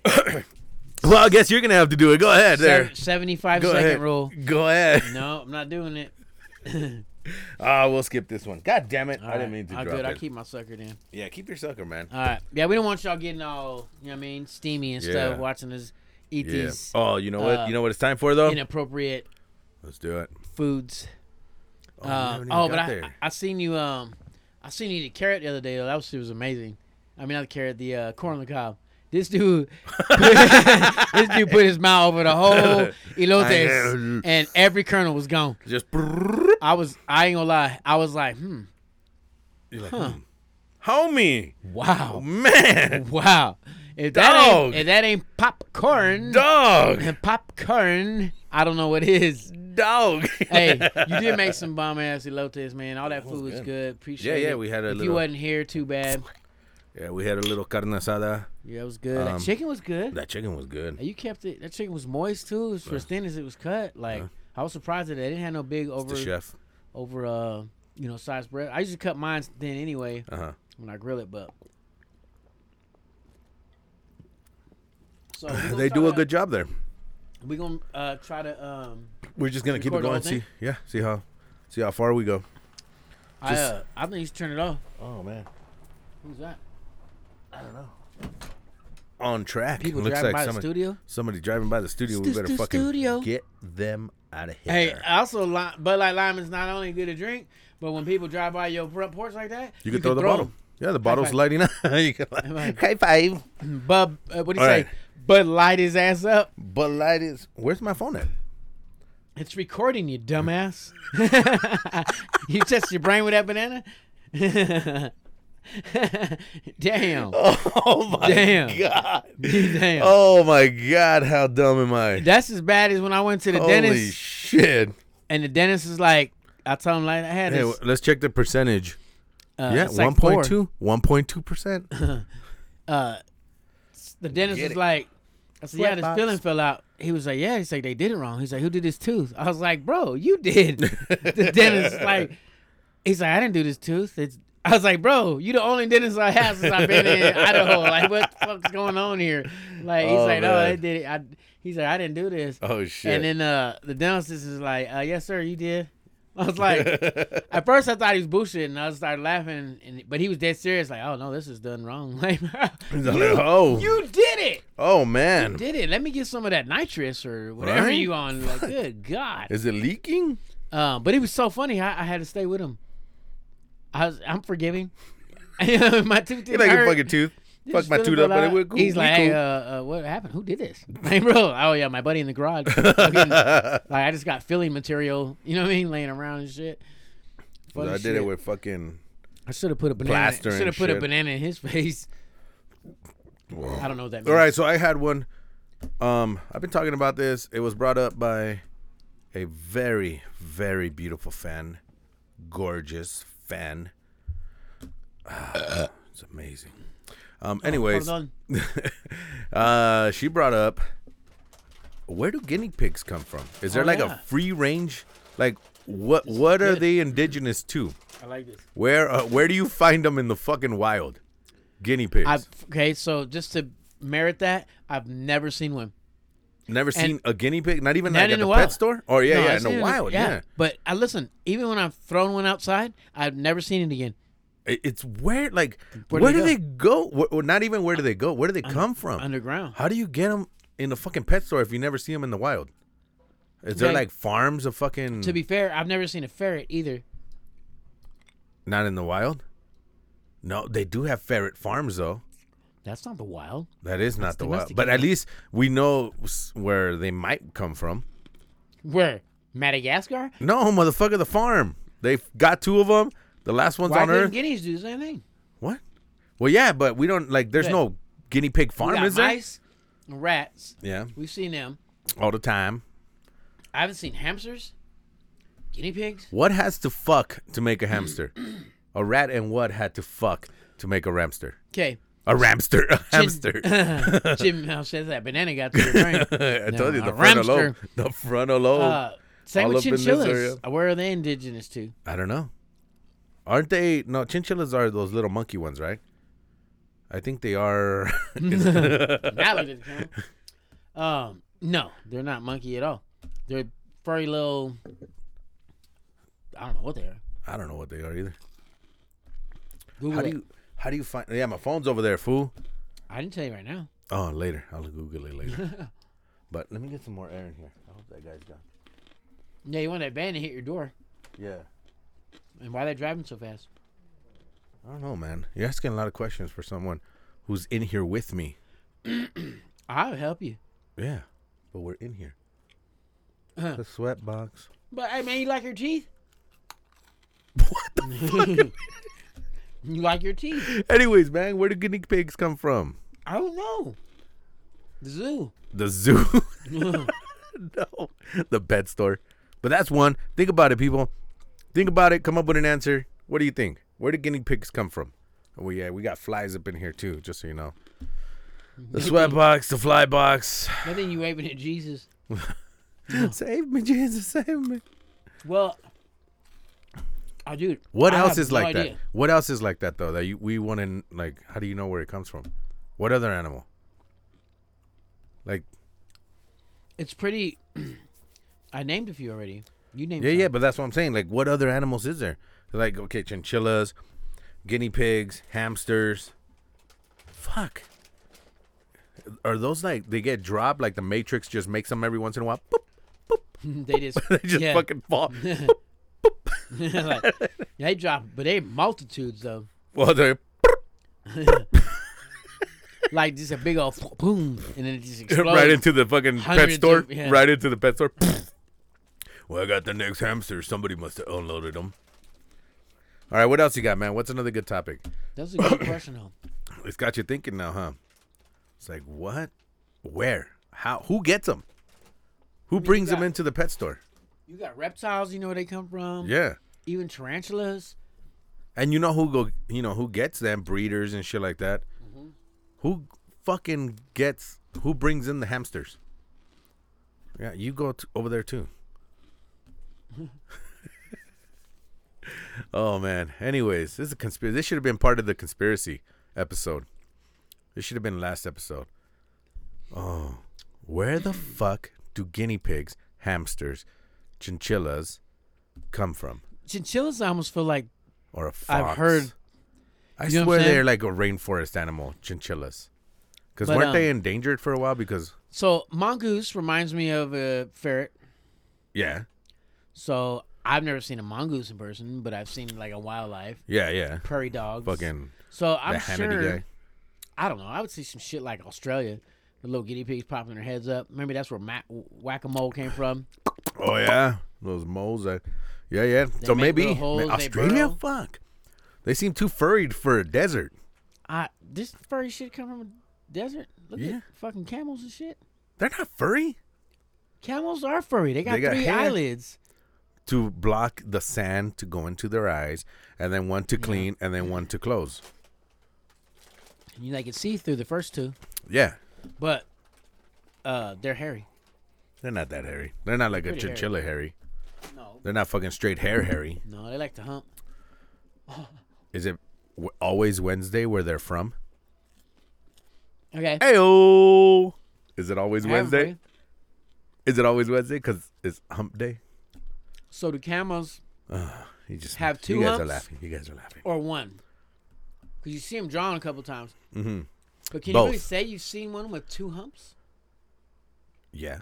Speaker 1: well, I guess you're gonna have to do it. Go ahead there.
Speaker 5: Sev- 75
Speaker 1: Go
Speaker 5: second
Speaker 1: ahead.
Speaker 5: rule.
Speaker 1: Go ahead.
Speaker 5: No, I'm not doing it.
Speaker 1: Ah, we'll skip this one. God damn it! I
Speaker 5: All right.
Speaker 1: didn't mean to
Speaker 5: All
Speaker 1: drop
Speaker 5: good.
Speaker 1: it.
Speaker 5: I keep Uh, my sucker in.
Speaker 1: yeah, keep your sucker, man.
Speaker 5: All right. Yeah, we don't want y'all getting all, you know what I mean, steamy and
Speaker 1: Yeah.
Speaker 5: stuff watching us eat
Speaker 1: Yeah.
Speaker 5: these
Speaker 1: Oh, you know what?
Speaker 5: uh,
Speaker 1: you know what it's time for though?
Speaker 5: inappropriate
Speaker 1: Let's do it.
Speaker 5: foods.
Speaker 1: we
Speaker 5: Um,
Speaker 1: haven't even
Speaker 5: oh,
Speaker 1: got
Speaker 5: but I,
Speaker 1: there.
Speaker 5: I I seen you um I seen you eat a carrot the other day. Though. That was, it was amazing. I mean, not the carrot, the uh, corn on the cob. This dude, this dude put his mouth over the whole elotes, and every kernel was gone.
Speaker 1: Just
Speaker 5: I was I ain't gonna lie. I was like, hmm,
Speaker 1: You're like, hmm. homie,
Speaker 5: wow,
Speaker 1: man,
Speaker 5: wow. If that
Speaker 1: Dog.
Speaker 5: ain't, if that ain't popcorn,
Speaker 1: dog,
Speaker 5: popcorn, I don't know what is.
Speaker 1: dog.
Speaker 5: hey, you did make some bomb ass elotes, man. All that food was good. Appreciate it.
Speaker 1: yeah, we had a
Speaker 5: if you
Speaker 1: little-
Speaker 5: wasn't here, too bad.
Speaker 1: yeah, we had a little carne asada.
Speaker 5: Yeah, it was good.
Speaker 1: Um,
Speaker 5: that chicken was good.
Speaker 1: That chicken was good.
Speaker 5: you kept it. That chicken was moist too. It was for as thin as it was cut. Like I was surprised that they didn't have no big
Speaker 1: The
Speaker 5: over
Speaker 1: chef.
Speaker 5: over uh you know size bread. I usually cut mine thin anyway.
Speaker 1: Uh huh.
Speaker 5: when I grill it, but so
Speaker 1: They do a good job there.
Speaker 5: We're gonna uh, try to. Um,
Speaker 1: We're just gonna keep it
Speaker 5: Record the
Speaker 1: going.
Speaker 5: whole thing?
Speaker 1: See, yeah, see how, see how far we go.
Speaker 5: I
Speaker 1: Just-
Speaker 5: uh, I think you should turn it off.
Speaker 1: Oh man,
Speaker 5: Who's that?
Speaker 1: on track.
Speaker 5: People
Speaker 1: Looks
Speaker 5: driving
Speaker 1: like
Speaker 5: by the
Speaker 1: somebody,
Speaker 5: studio?
Speaker 1: Somebody driving by the studio. we
Speaker 5: Stu-
Speaker 1: better
Speaker 5: stu-
Speaker 1: fucking
Speaker 5: studio.
Speaker 1: get them out of here.
Speaker 5: Hey, uh, also li- Bud Light Lime is not only good to drink, but when people drive by your front porch like that,
Speaker 1: you, can throw the bottle.
Speaker 5: 'em.
Speaker 1: Yeah, the bottle's
Speaker 5: five.
Speaker 1: lighting up. you can
Speaker 5: High
Speaker 1: like, high five.
Speaker 5: Bud, uh, what do you
Speaker 1: All
Speaker 5: say?
Speaker 1: right.
Speaker 5: Bud Light his ass up.
Speaker 1: But light is. Where's my phone at?
Speaker 5: It's recording you, dumbass. you test your brain with that banana. Damn.
Speaker 1: Oh my
Speaker 5: Damn.
Speaker 1: god.
Speaker 5: Damn.
Speaker 1: Oh my god, how dumb am I?
Speaker 5: That's as bad as when I went to the
Speaker 1: Holy
Speaker 5: dentist
Speaker 1: shit.
Speaker 5: and the dentist is like, I told him like I had
Speaker 1: Hey,
Speaker 5: this.
Speaker 1: w- let's check the percentage.
Speaker 5: uh,
Speaker 1: yeah,
Speaker 5: it's like
Speaker 1: 1.2. 1.2%.
Speaker 5: The dentist
Speaker 1: Get
Speaker 5: was
Speaker 1: it.
Speaker 5: like, I said, yeah,
Speaker 1: Sweat
Speaker 5: this
Speaker 1: box.
Speaker 5: filling fell out. He was like, yeah. He said, they did it wrong. He's like, who did this tooth? I was like, bro, you did. the dentist was like, he's like, I didn't do this tooth. It's, I was like, bro, you the only dentist I have since I've been in Idaho. Like, what the fuck's going on here? Like, he's
Speaker 1: Oh,
Speaker 5: like, no,
Speaker 1: man.
Speaker 5: I did it. I, he's like, I didn't do this.
Speaker 1: oh shit.
Speaker 5: And then uh, the dentist is like, uh, yes, sir, you did. I was like, at first I thought he was bullshitting, and I started laughing, and, but he was dead serious. Like, oh no, this is done wrong. Like,
Speaker 1: He's all like, oh,
Speaker 5: you did it.
Speaker 1: oh man.
Speaker 5: Did it? Let me get some of that nitrous or whatever
Speaker 1: Right?
Speaker 5: you on. Like, good God!
Speaker 1: Is it leaking?
Speaker 5: Um, but it was so funny. I, I had to stay with him. I was, I'm forgiving. my tooth
Speaker 1: You
Speaker 5: didn't
Speaker 1: like your
Speaker 5: hurt.
Speaker 1: fucking tooth.
Speaker 5: It
Speaker 1: Fuck
Speaker 5: just
Speaker 1: my
Speaker 5: feeling
Speaker 1: tooth up,
Speaker 5: fell
Speaker 1: but it
Speaker 5: out.
Speaker 1: we're cool.
Speaker 5: He's
Speaker 1: we
Speaker 5: like, hey,
Speaker 1: cool.
Speaker 5: uh, uh, what happened? Who did this? Like, bro, oh yeah, my buddy in the garage. Fucking- like, I just got filling material. You know what I mean? Laying around and shit. Funny
Speaker 1: I did
Speaker 5: shit.
Speaker 1: it with fucking.
Speaker 5: I should have put a banana.
Speaker 1: plaster and
Speaker 5: Should have put a
Speaker 1: shit.
Speaker 5: banana in his face. I don't know what that means.
Speaker 1: All right, so I had one. Um, I've been talking about this. It was brought up by a very, very beautiful fan, gorgeous fan. Ah, it's amazing. Um, anyways,
Speaker 5: Oh, Hold on.
Speaker 1: uh, she brought up where do guinea pigs come from? Is there
Speaker 5: Oh,
Speaker 1: like
Speaker 5: yeah.
Speaker 1: a free range? Like what? What are
Speaker 5: good.
Speaker 1: they indigenous to?
Speaker 5: I like this.
Speaker 1: Where uh, where do you find them in the fucking wild? Guinea pigs.
Speaker 5: I've,
Speaker 1: I've
Speaker 5: okay, so just to merit that, I've never seen one.
Speaker 1: never seen a guinea pig, not even
Speaker 5: Not
Speaker 1: like
Speaker 5: in
Speaker 1: at
Speaker 5: the
Speaker 1: the
Speaker 5: wild.
Speaker 1: pet store. Or yeah,
Speaker 5: No,
Speaker 1: yeah,
Speaker 5: I've
Speaker 1: in
Speaker 5: seen
Speaker 1: the
Speaker 5: it
Speaker 1: wild, yeah.
Speaker 5: But I listen, even when I've thrown one outside, I've never seen it again.
Speaker 1: I- It's where like
Speaker 5: Where
Speaker 1: where,
Speaker 5: do
Speaker 1: do
Speaker 5: they
Speaker 1: they go? Wh- well, not even where do they go? Where do they come from?
Speaker 5: Underground.
Speaker 1: How do you get them in the fucking pet store if you never see them in the wild? Is there
Speaker 5: Okay.
Speaker 1: like farms of fucking
Speaker 5: To be fair, I've never seen a ferret either.
Speaker 1: not in the wild? No, they do have ferret farms though.
Speaker 5: That's not the wild.
Speaker 1: That is not the wild, but
Speaker 5: domesticated.
Speaker 1: at least we know s- where they might come from.
Speaker 5: Where? Madagascar?
Speaker 1: No, motherfucker, the farm. They got two of them. The last one's
Speaker 5: Why
Speaker 1: on
Speaker 5: didn't
Speaker 1: Earth.
Speaker 5: guineas do the same thing?
Speaker 1: What? Well, yeah, but we don't like. There's
Speaker 5: Yeah.
Speaker 1: no guinea pig
Speaker 5: We
Speaker 1: farm,
Speaker 5: got
Speaker 1: is there?
Speaker 5: mice, and rats.
Speaker 1: Yeah,
Speaker 5: We've seen them.
Speaker 1: all the time.
Speaker 5: I haven't seen hamsters, guinea pigs.
Speaker 1: What has to fuck to make a hamster? a rat and what had to fuck to make a ramster?
Speaker 5: Okay,
Speaker 1: A ramster, a hamster.
Speaker 5: Jim now says that banana got to your brain.
Speaker 1: I told you
Speaker 5: a
Speaker 1: the frontal
Speaker 5: ramster.
Speaker 1: lobe. The frontal lobe.
Speaker 5: Uh, same
Speaker 1: All
Speaker 5: with
Speaker 1: up in this area.
Speaker 5: chinchillas. Where are they indigenous to?
Speaker 1: I don't know. Aren't they? No, chinchillas are those little monkey ones, right? I think they are.
Speaker 5: Now look at the camera. um, no, they're not monkey at all. They're furry little. I don't know what they are.
Speaker 1: I don't know what they are either.
Speaker 5: Google
Speaker 1: How do
Speaker 5: it.
Speaker 1: you? How do you find? Yeah, my phone's over there, fool.
Speaker 5: I didn't tell you right now.
Speaker 1: Oh, later. I'll Google it later. but let me get some more air in here. I hope that guy's gone.
Speaker 5: Yeah, you want that band to hit your door.
Speaker 1: Yeah.
Speaker 5: And why they driving so fast?
Speaker 1: I don't know, man. You're asking a lot of questions for someone who's in here with me.
Speaker 5: I'll help you.
Speaker 1: Yeah. But we're in here. the sweat box.
Speaker 5: But hey, man, you like your teeth?
Speaker 1: what the
Speaker 5: You like your teeth?
Speaker 1: f- Anyways, man, where do guinea pigs come from?
Speaker 5: I don't know. The zoo.
Speaker 1: The zoo. no. The pet store. But that's one. Think about it, people. Think about it. Come up with an answer. What do you think? Where do guinea pigs come from? Oh yeah, we got flies up in here too, just so you know. The sweat box, the fly box.
Speaker 5: Nothing you waving at Jesus.
Speaker 1: save me, Jesus, save me.
Speaker 5: Well, Oh, dude.
Speaker 1: What
Speaker 5: I
Speaker 1: else
Speaker 5: have
Speaker 1: is
Speaker 5: no
Speaker 1: like
Speaker 5: idea.
Speaker 1: that? What else is like that though? That you, we want to like? How do you know where it comes from? What other animal? Like
Speaker 5: It's pretty. I named a few already. You named.
Speaker 1: yeah,
Speaker 5: some.
Speaker 1: yeah, but that's what I'm saying. Like what other animals is there? Like okay, chinchillas, guinea pigs, hamsters. Fuck. Are those like they get dropped? Like the Matrix just makes them every once in a while. Boop,
Speaker 5: they just.
Speaker 1: they just
Speaker 5: yeah.
Speaker 1: fucking fall.
Speaker 5: like, they drop, but they multitudes though.
Speaker 1: well, they're
Speaker 5: Like just a big old boom, and then it just explodes.
Speaker 1: right into the fucking pet
Speaker 5: Hundreds
Speaker 1: store.
Speaker 5: of- yeah.
Speaker 1: Right into the pet store. well, I got the next hamster. Somebody must have unloaded them. All right, what else you got, man? What's another good topic?
Speaker 5: That's a good question though.
Speaker 1: It's got you thinking now, huh? It's like what, where, how, who gets them? Who brings them
Speaker 5: got-
Speaker 1: into the pet store?
Speaker 5: You got reptiles. You know where they come from.
Speaker 1: Yeah,
Speaker 5: Even tarantulas.
Speaker 1: and you know who go, you know who gets them? Breeders and shit like that. Who fucking gets? Who brings in the hamsters? Yeah, you go t- over there too. oh man. Anyways, this is a conspiracy. This should have been part of the conspiracy episode. This should have been last episode. Oh, where the fuck do guinea pigs, hamsters, chinchillas come from?
Speaker 5: Chinchillas, I almost feel like
Speaker 1: or a fox.
Speaker 5: I've heard-
Speaker 1: I
Speaker 5: you know what
Speaker 1: swear
Speaker 5: I'm
Speaker 1: they're
Speaker 5: saying?
Speaker 1: like a rainforest animal, chinchillas. Because
Speaker 5: But,
Speaker 1: weren't they
Speaker 5: um,
Speaker 1: endangered for a while? Because
Speaker 5: so. Mongoose reminds me of a ferret.
Speaker 1: yeah,
Speaker 5: So I've never seen a mongoose in person, but I've seen like a wildlife
Speaker 1: yeah, yeah.
Speaker 5: prairie dogs.
Speaker 1: Fucking
Speaker 5: So
Speaker 1: the
Speaker 5: I'm
Speaker 1: Hannity
Speaker 5: sure.
Speaker 1: guy.
Speaker 5: I don't know. I would see some shit like Australia, the little guinea pigs popping their heads up. Maybe that's where Mac- whack a mole came from.
Speaker 1: Oh yeah, those moles. That, yeah, yeah. so
Speaker 5: make
Speaker 1: maybe
Speaker 5: little holes,
Speaker 1: Ma-
Speaker 5: they
Speaker 1: Australia.
Speaker 5: burrow.
Speaker 1: Fuck, they seem too furried for a desert.
Speaker 5: I this furry shit come from a desert. Look
Speaker 1: Yeah.
Speaker 5: at fucking camels and shit.
Speaker 1: They're not furry
Speaker 5: Camels are furry. They got,
Speaker 1: They got
Speaker 5: three
Speaker 1: hair.
Speaker 5: eyelids.
Speaker 1: to block the sand to go into their eyes, and then one to clean, and then one to close.
Speaker 5: And you like can see through the first two,
Speaker 1: Yeah,
Speaker 5: but uh, they're hairy.
Speaker 1: they're not that hairy. They're not like a
Speaker 5: Pretty hairy.
Speaker 1: chinchilla hairy.
Speaker 5: No,
Speaker 1: They're not fucking straight hair hairy.
Speaker 5: no, they like to hump.
Speaker 1: Is it w- always Wednesday where they're from?
Speaker 5: Okay.
Speaker 1: Heyo. Is it always
Speaker 5: I have it for
Speaker 1: Wednesday?
Speaker 5: you.
Speaker 1: Is it always Wednesday? Because it's hump day.
Speaker 5: So do camels
Speaker 1: You just
Speaker 5: Have two
Speaker 1: You guys are
Speaker 5: humps?
Speaker 1: laughing. You guys are laughing.
Speaker 5: or one? Because you see them drawn a couple times. Mm-hmm. But can you really
Speaker 1: Both.
Speaker 5: say you've seen one with two humps?
Speaker 1: Yeah.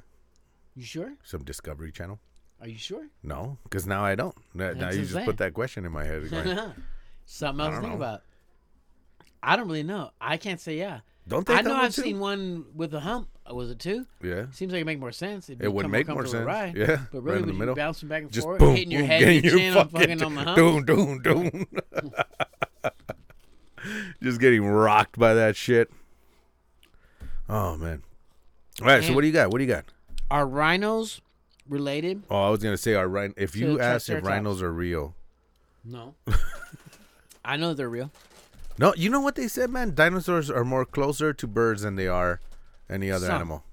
Speaker 5: You sure?
Speaker 1: Some Discovery Channel.
Speaker 5: Are you sure?
Speaker 1: No, because now I don't. Now, now
Speaker 5: That's
Speaker 1: you
Speaker 5: his
Speaker 1: just
Speaker 5: thing.
Speaker 1: put that question in my head. Going,
Speaker 5: Something else
Speaker 1: don't
Speaker 5: to think
Speaker 1: know.
Speaker 5: about. I don't really know. I can't say yeah.
Speaker 1: don't think
Speaker 5: I know
Speaker 1: that one
Speaker 5: I've
Speaker 1: too?
Speaker 5: seen one with a hump. Was it two?
Speaker 1: Yeah.
Speaker 5: Seems like it make more sense. It'd
Speaker 1: It would
Speaker 5: become
Speaker 1: make more
Speaker 5: comfortable to
Speaker 1: sense.
Speaker 5: ride.
Speaker 1: Yeah,
Speaker 5: but
Speaker 1: right
Speaker 5: really,
Speaker 1: in the
Speaker 5: when you
Speaker 1: middle.
Speaker 5: bouncing back and
Speaker 1: Just
Speaker 5: forth,
Speaker 1: boom,
Speaker 5: hitting your
Speaker 1: boom,
Speaker 5: head, and
Speaker 1: getting
Speaker 5: your
Speaker 1: your
Speaker 5: chin, on
Speaker 1: fucking
Speaker 5: fucking on the hump.
Speaker 1: doom, doom, doom. just getting rocked by that shit. Oh man. All right. So
Speaker 5: And-
Speaker 1: what do you got? What do you got?
Speaker 5: Are rhinos related?
Speaker 1: Oh, I was gonna say our rhin. If
Speaker 5: the
Speaker 1: you asked if
Speaker 5: Triceratops.
Speaker 1: rhinos are real,
Speaker 5: No. I know they're real.
Speaker 1: no, you know what they said, man. Dinosaurs are more closer to birds than they are any other
Speaker 5: Some.
Speaker 1: animal.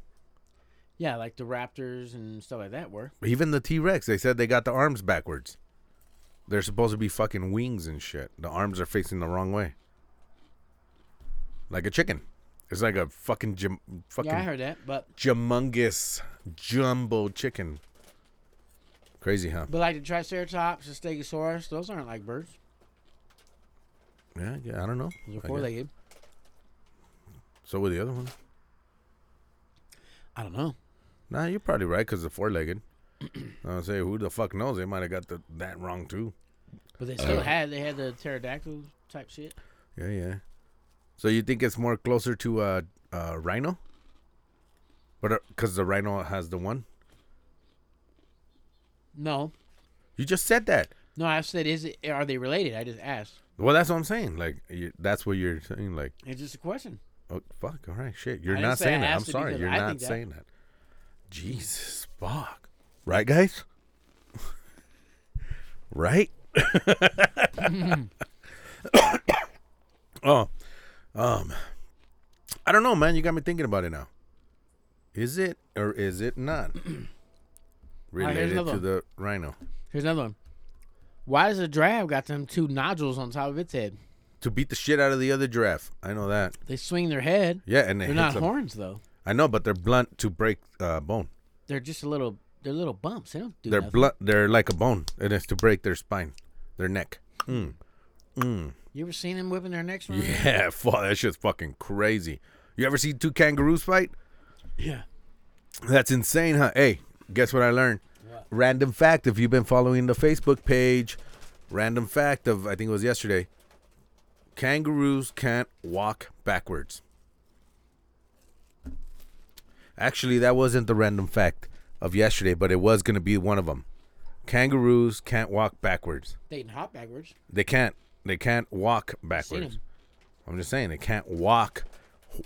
Speaker 5: Yeah, like the raptors and stuff like that were.
Speaker 1: Even the T Rex, they said they got the arms backwards. They're supposed to be fucking wings and shit. The arms are facing the wrong way, like a chicken. It's like a fucking jum- fucking
Speaker 5: Yeah, I heard that, but
Speaker 1: jumongous jumbo chicken. Crazy, huh?
Speaker 5: but like the triceratops, the stegosaurus, those aren't like birds.
Speaker 1: Yeah, Oh, yeah. I don't know.
Speaker 5: Those are
Speaker 1: I
Speaker 5: four
Speaker 1: guess.
Speaker 5: legged.
Speaker 1: So with the other one.
Speaker 5: I don't know.
Speaker 1: Nah, you're probably right because the four-legged. I would say, who the fuck knows? They might have got the, that wrong too.
Speaker 5: But they still had they had the pterodactyl type shit.
Speaker 1: Yeah, yeah. So you think it's more closer to uh, uh, rhino? But because the rhino has the one,
Speaker 5: No,
Speaker 1: you just said that.
Speaker 5: no, I said is it are they related? I just asked.
Speaker 1: Well, that's what I'm saying. Like you, that's what you're saying. Like,
Speaker 5: It's just a question.
Speaker 1: oh fuck, all right, shit. You're
Speaker 5: I didn't
Speaker 1: not
Speaker 5: say I
Speaker 1: saying that. I'm
Speaker 5: asked it
Speaker 1: sorry.
Speaker 5: because
Speaker 1: You're
Speaker 5: I
Speaker 1: not
Speaker 5: think that.
Speaker 1: saying that. Jesus fuck. Right, guys. right. oh, um, I don't know, man. You got me thinking about it now. Is it or is it not
Speaker 5: here's
Speaker 1: related
Speaker 5: another
Speaker 1: to
Speaker 5: one.
Speaker 1: the rhino?
Speaker 5: Here's another one. Why does a giraffe got them two nodules on top of its head?
Speaker 1: to beat the shit out of the other giraffe. I know that.
Speaker 5: They swing their head.
Speaker 1: Yeah, and they
Speaker 5: They're not horns though.
Speaker 1: I know, but they're blunt to break uh, bone.
Speaker 5: They're just a little. They're little bumps. They don't do
Speaker 1: They're
Speaker 5: nothing.
Speaker 1: blunt. They're like a bone, and it's to break their spine, their neck.
Speaker 5: you ever seen them whipping their necks? around?
Speaker 1: Yeah, fuck, that shit's fucking crazy. You ever see two kangaroos fight?
Speaker 5: Yeah.
Speaker 1: That's insane, huh? Hey, guess what I learned? Random fact. If you've been following the Facebook page, random fact of I think it was yesterday. Kangaroos can't walk backwards. Actually, that wasn't the random fact of yesterday, but it was going to be one of them. Kangaroos can't walk backwards.
Speaker 5: They can hop backwards.
Speaker 1: They can't. They can't walk
Speaker 5: Seen
Speaker 1: backwards.
Speaker 5: 'em.
Speaker 1: I'm just saying they can't walk.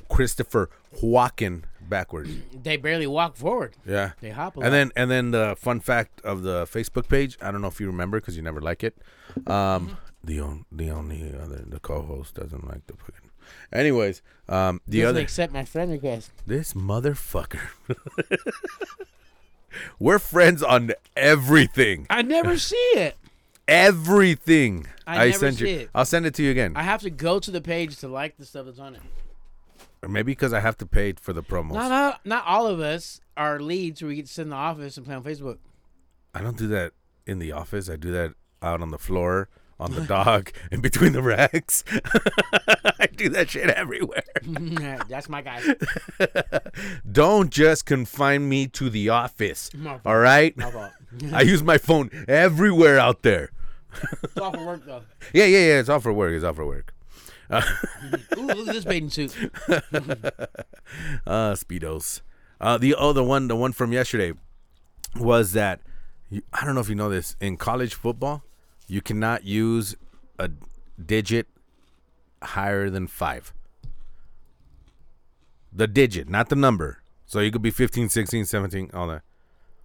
Speaker 1: Christopher walking backwards.
Speaker 5: They barely walk forward.
Speaker 1: Yeah.
Speaker 5: They hop a lot.
Speaker 1: and then and then the fun fact of the Facebook page. I don't know if you remember because you never like it.
Speaker 5: Mm-hmm.
Speaker 1: Um, the on, the only other the co-host doesn't like the fucking. Anyways, um, the
Speaker 5: Doesn't
Speaker 1: other
Speaker 5: accept my friend request.
Speaker 1: this motherfucker. We're friends on everything.
Speaker 5: I never see it.
Speaker 1: Everything.
Speaker 5: I never
Speaker 1: sent you.
Speaker 5: see it.
Speaker 1: I'll send it to you again.
Speaker 5: I have to go to the page to like the stuff that's on it.
Speaker 1: Maybe because I have to pay for the promos.
Speaker 5: Not all, not all of us are leads where we get to sit in the office and play on Facebook.
Speaker 1: I don't do that in the office. I do that out on the floor, on the dog, in between the racks. I do that shit everywhere.
Speaker 5: that's my guy.
Speaker 1: Don't just confine me to the office.
Speaker 5: My fault.
Speaker 1: All right?
Speaker 5: My fault.
Speaker 1: I use my phone everywhere out there.
Speaker 5: It's all for work though.
Speaker 1: Yeah, yeah, yeah. It's all for work. It's all for work.
Speaker 5: Ooh, look at this bathing suit.
Speaker 1: Uh, speedos. Uh, the other one, the one from yesterday, was that you- I don't know if you know this. In college football, you cannot use a digit higher than five. The digit, not the number. So you could be 15, 16, 17, all that.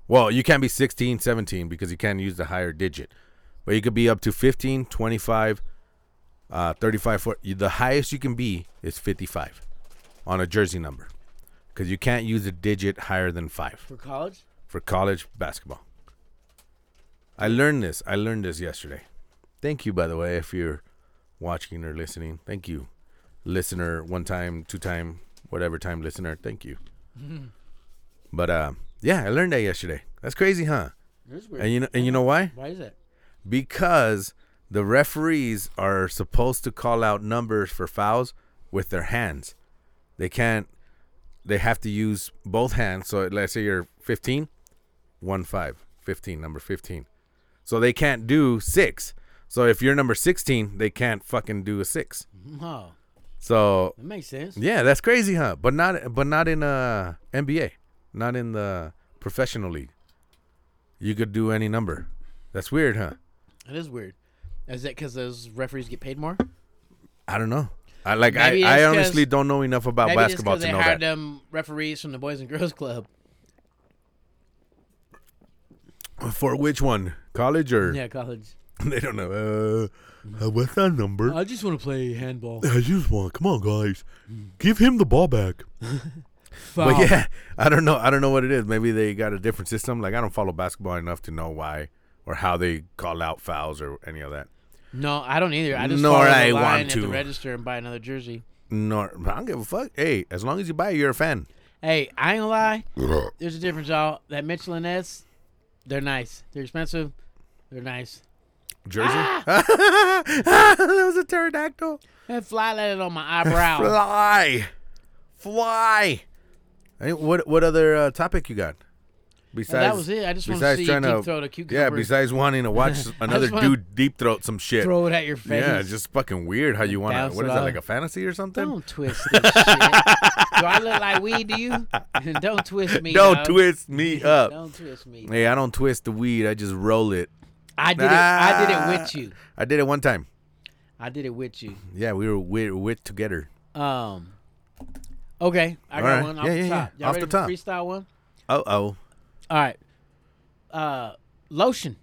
Speaker 1: Well, you can't be 16, 17 because you can't use the higher digit. But you could be up to 15, 25, uh, 35, 40. The highest you can be is 55 on a jersey number because you can't use a digit higher than five
Speaker 5: For college?
Speaker 1: for college basketball. I learned this. I learned this yesterday. Thank you, by the way, if you're watching or listening. Thank you, listener, one time, two time, whatever time listener. Thank you. But uh, yeah, I learned that yesterday. That's crazy, huh?
Speaker 5: That's weird.
Speaker 1: And you know, and you know why?
Speaker 5: Why is that?
Speaker 1: Because the referees are supposed to call out numbers for fouls with their hands. They can't. They have to use both hands. So let's say you're 15, one five, 15, number 15. So they can't do six. So if you're number 16, they can't fucking do a six.
Speaker 5: Oh,
Speaker 1: So
Speaker 5: that makes sense.
Speaker 1: yeah, that's crazy, huh? But not, but not in uh NBA, not in the professional league. You could do any number. That's weird, huh?
Speaker 5: That is weird. Is that because those referees get paid more?
Speaker 1: I don't know. I like
Speaker 5: Maybe
Speaker 1: I, I
Speaker 5: it's
Speaker 1: honestly
Speaker 5: 'cause-
Speaker 1: don't know enough about
Speaker 5: Maybe just
Speaker 1: basketball
Speaker 5: because
Speaker 1: to
Speaker 5: they
Speaker 1: know
Speaker 5: hired
Speaker 1: that.
Speaker 5: them referees from the Boys and Girls Club.
Speaker 1: For which one? College or
Speaker 5: Yeah, college.
Speaker 1: they don't know. Uh, uh, what's that number?
Speaker 5: I just want to play handball.
Speaker 1: I just want come on guys. Give him the ball back.
Speaker 5: Foul.
Speaker 1: But yeah, I don't know. I don't know what it is. Maybe they got a different system. Like I don't follow basketball enough to know why or how they call out fouls or any of that.
Speaker 5: No, I don't either. I just
Speaker 1: Nor
Speaker 5: follow the
Speaker 1: I
Speaker 5: line
Speaker 1: want
Speaker 5: at
Speaker 1: to.
Speaker 5: the register and buy another jersey.
Speaker 1: Nor I don't give a fuck. Hey, as long as you buy it, you're a fan.
Speaker 5: Hey, I ain't gonna lie. There's a difference, y'all. That Michelin S, they're nice. They're expensive. They're nice.
Speaker 1: Jersey.
Speaker 5: Ah!
Speaker 1: that was a pterodactyl.
Speaker 5: And fly let it on my eyebrow.
Speaker 1: Fly, fly. Hey, what what other uh, topic you got? Besides,
Speaker 5: that was it. I just wanna see you deep throat a
Speaker 1: Yeah,
Speaker 5: cucumber.
Speaker 1: besides wanting to watch another
Speaker 5: just wanna
Speaker 1: dude deep throat some shit.
Speaker 5: Throw it at your face.
Speaker 1: yeah, it's just fucking weird how you want
Speaker 5: bounce
Speaker 1: to. What
Speaker 5: it
Speaker 1: is that
Speaker 5: off.
Speaker 1: like a fantasy or something?
Speaker 5: don't twist this shit. Do I look like weed to you? don't twist me.
Speaker 1: Don't
Speaker 5: dog.
Speaker 1: twist me up.
Speaker 5: Don't twist me.
Speaker 1: Hey, I don't twist the weed. I just roll it.
Speaker 5: I did it. I did it with you.
Speaker 1: I did it one time.
Speaker 5: I did it with you.
Speaker 1: Yeah, we were with, with together.
Speaker 5: Um. Okay, I got
Speaker 1: Alright.
Speaker 5: one off
Speaker 1: Yeah,
Speaker 5: the
Speaker 1: yeah,
Speaker 5: top.
Speaker 1: yeah.
Speaker 5: Y'all
Speaker 1: Off
Speaker 5: ready
Speaker 1: the
Speaker 5: for
Speaker 1: top.
Speaker 5: freestyle one?
Speaker 1: Oh oh.
Speaker 5: All right. Uh, lotion.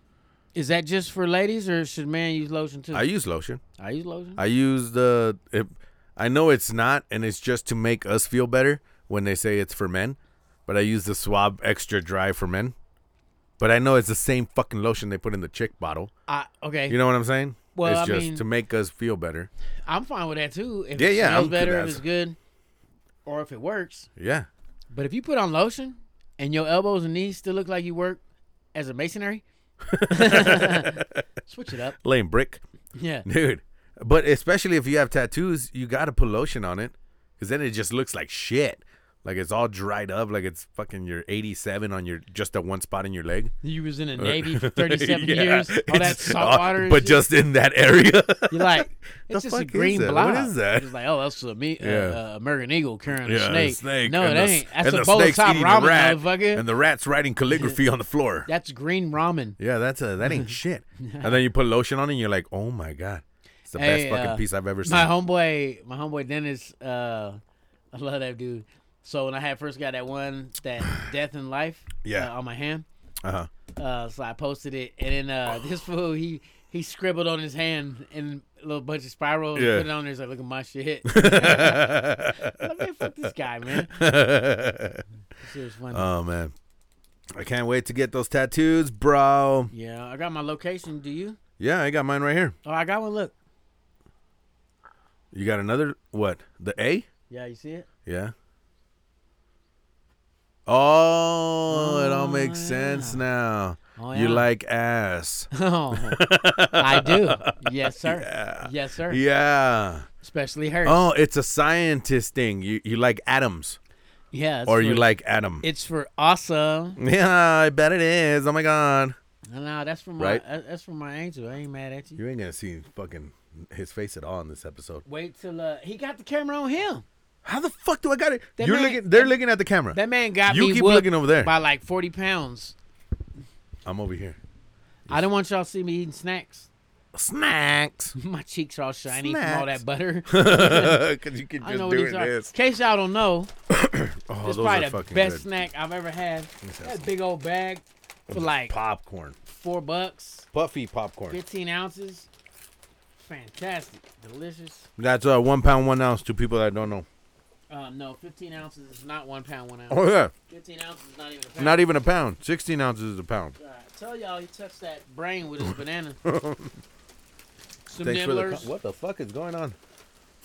Speaker 5: Is that just for ladies, or should man use lotion too?
Speaker 1: I use lotion.
Speaker 5: I use lotion.
Speaker 1: I use the. It, I know it's not, and it's just to make us feel better when they say it's for men. But I use the swab extra dry for men. But I know it's the same fucking lotion they put in the chick bottle.
Speaker 5: I okay.
Speaker 1: You know what I'm saying?
Speaker 5: Well,
Speaker 1: it's
Speaker 5: I
Speaker 1: just
Speaker 5: mean-
Speaker 1: to make us feel better.
Speaker 5: I'm fine with that too. If
Speaker 1: Yeah,
Speaker 5: it
Speaker 1: yeah, I'm
Speaker 5: smells
Speaker 1: good
Speaker 5: better,
Speaker 1: as-
Speaker 5: if it's good, or if it works.
Speaker 1: Yeah.
Speaker 5: But if you put on lotion and your elbows and knees still look like you work as a masonry, switch it up.
Speaker 1: Lame brick.
Speaker 5: Yeah,
Speaker 1: Dude. But especially if you have tattoos, you got to put lotion on it because then it just looks like shit. Like it's all dried up, like it's fucking your 87 on your just that one spot in your leg.
Speaker 5: you was in the navy for 37
Speaker 1: Uh, Yeah.
Speaker 5: years. All that
Speaker 1: It's-
Speaker 5: salt
Speaker 1: uh,
Speaker 5: water, and
Speaker 1: But
Speaker 5: shit.
Speaker 1: just in that area.
Speaker 5: you're like, it's just a
Speaker 1: fuck is
Speaker 5: green
Speaker 1: that?
Speaker 5: blob.
Speaker 1: What is that?
Speaker 5: It's like, oh, that's a me,
Speaker 1: Yeah.
Speaker 5: uh, uh, American eagle carrying a
Speaker 1: and
Speaker 5: snake.
Speaker 1: the snake.
Speaker 5: No, it
Speaker 1: and the,
Speaker 5: ain't. That's
Speaker 1: and
Speaker 5: a
Speaker 1: the
Speaker 5: bowl of
Speaker 1: snake's
Speaker 5: top
Speaker 1: eating a
Speaker 5: ramen,
Speaker 1: rat,
Speaker 5: motherfucker.
Speaker 1: And the rat's writing calligraphy on the floor.
Speaker 5: that's green ramen.
Speaker 1: Yeah, that's a that ain't shit. And then you put lotion on it, and you're like, oh my god, it's the
Speaker 5: Hey,
Speaker 1: best fucking
Speaker 5: uh,
Speaker 1: piece I've ever seen.
Speaker 5: My homeboy, my homeboy Dennis, uh, I love that dude. So when I had first got that one, that death in life,
Speaker 1: Yeah.
Speaker 5: uh, on my hand,
Speaker 1: uh-huh.
Speaker 5: uh, so I posted it, and then uh, this fool he he scribbled on his hand in a little bunch of spirals,
Speaker 1: Yeah.
Speaker 5: put it on there, he's like, look at my shit. like, man, fuck this guy, man. It was funny.
Speaker 1: oh man, I can't wait to get those tattoos, bro.
Speaker 5: yeah, I got my location. Do you?
Speaker 1: Yeah, I got mine right here.
Speaker 5: Oh, I got one. Look.
Speaker 1: You got another what? The A?
Speaker 5: Yeah, you see it?
Speaker 1: Yeah. Oh, it all makes sense now.
Speaker 5: Oh,
Speaker 1: You
Speaker 5: yeah.
Speaker 1: like ass.
Speaker 5: Oh, I do. Yes, sir. Yes, sir.
Speaker 1: yeah.
Speaker 5: Especially her.
Speaker 1: Oh, it's a scientist thing. You you like atoms.
Speaker 5: yeah. it's
Speaker 1: Or you
Speaker 5: for-
Speaker 1: like Adam.
Speaker 5: It's for awesome.
Speaker 1: Yeah, I bet it is. Oh my god.
Speaker 5: No, no, that's from my
Speaker 1: Right?
Speaker 5: that- that's from my angel. I ain't mad at you.
Speaker 1: You ain't gonna see fucking his face at all in this episode.
Speaker 5: Wait till uh, he got the camera on him.
Speaker 1: How the fuck do I got it?
Speaker 5: That
Speaker 1: You're
Speaker 5: man-
Speaker 1: looking. They're looking at the camera.
Speaker 5: That man got
Speaker 1: You
Speaker 5: me
Speaker 1: keep
Speaker 5: whooped
Speaker 1: looking over there.
Speaker 5: by like forty pounds.
Speaker 1: I'm over here.
Speaker 5: I don't want y'all to see me eating snacks.
Speaker 1: Snacks.
Speaker 5: My cheeks are all shiny from all
Speaker 1: Snacks.
Speaker 5: that butter.
Speaker 1: Cause you can
Speaker 5: I
Speaker 1: just
Speaker 5: know
Speaker 1: do
Speaker 5: what these
Speaker 1: it
Speaker 5: are. In
Speaker 1: this.
Speaker 5: case y'all don't know,
Speaker 1: Oh,
Speaker 5: this is
Speaker 1: those
Speaker 5: probably
Speaker 1: are
Speaker 5: the best
Speaker 1: fucking good.
Speaker 5: snack I've ever had.
Speaker 1: have
Speaker 5: That
Speaker 1: some.
Speaker 5: big old bag for like
Speaker 1: Popcorn.
Speaker 5: four bucks,
Speaker 1: Puffy popcorn.
Speaker 5: fifteen ounces. Fantastic, delicious.
Speaker 1: That's uh, one pound one ounce. To people that don't know.
Speaker 5: Um, no, fifteen ounces is not one pound, one ounce.
Speaker 1: Oh yeah.
Speaker 5: Fifteen ounces is not even a pound.
Speaker 1: Not e- even a pound. Sixteen ounces is a pound.
Speaker 5: All right, tell y'all he touched that brain with his banana. Some
Speaker 1: Thanks for the.
Speaker 5: nibblers.
Speaker 1: co- What the fuck is going on?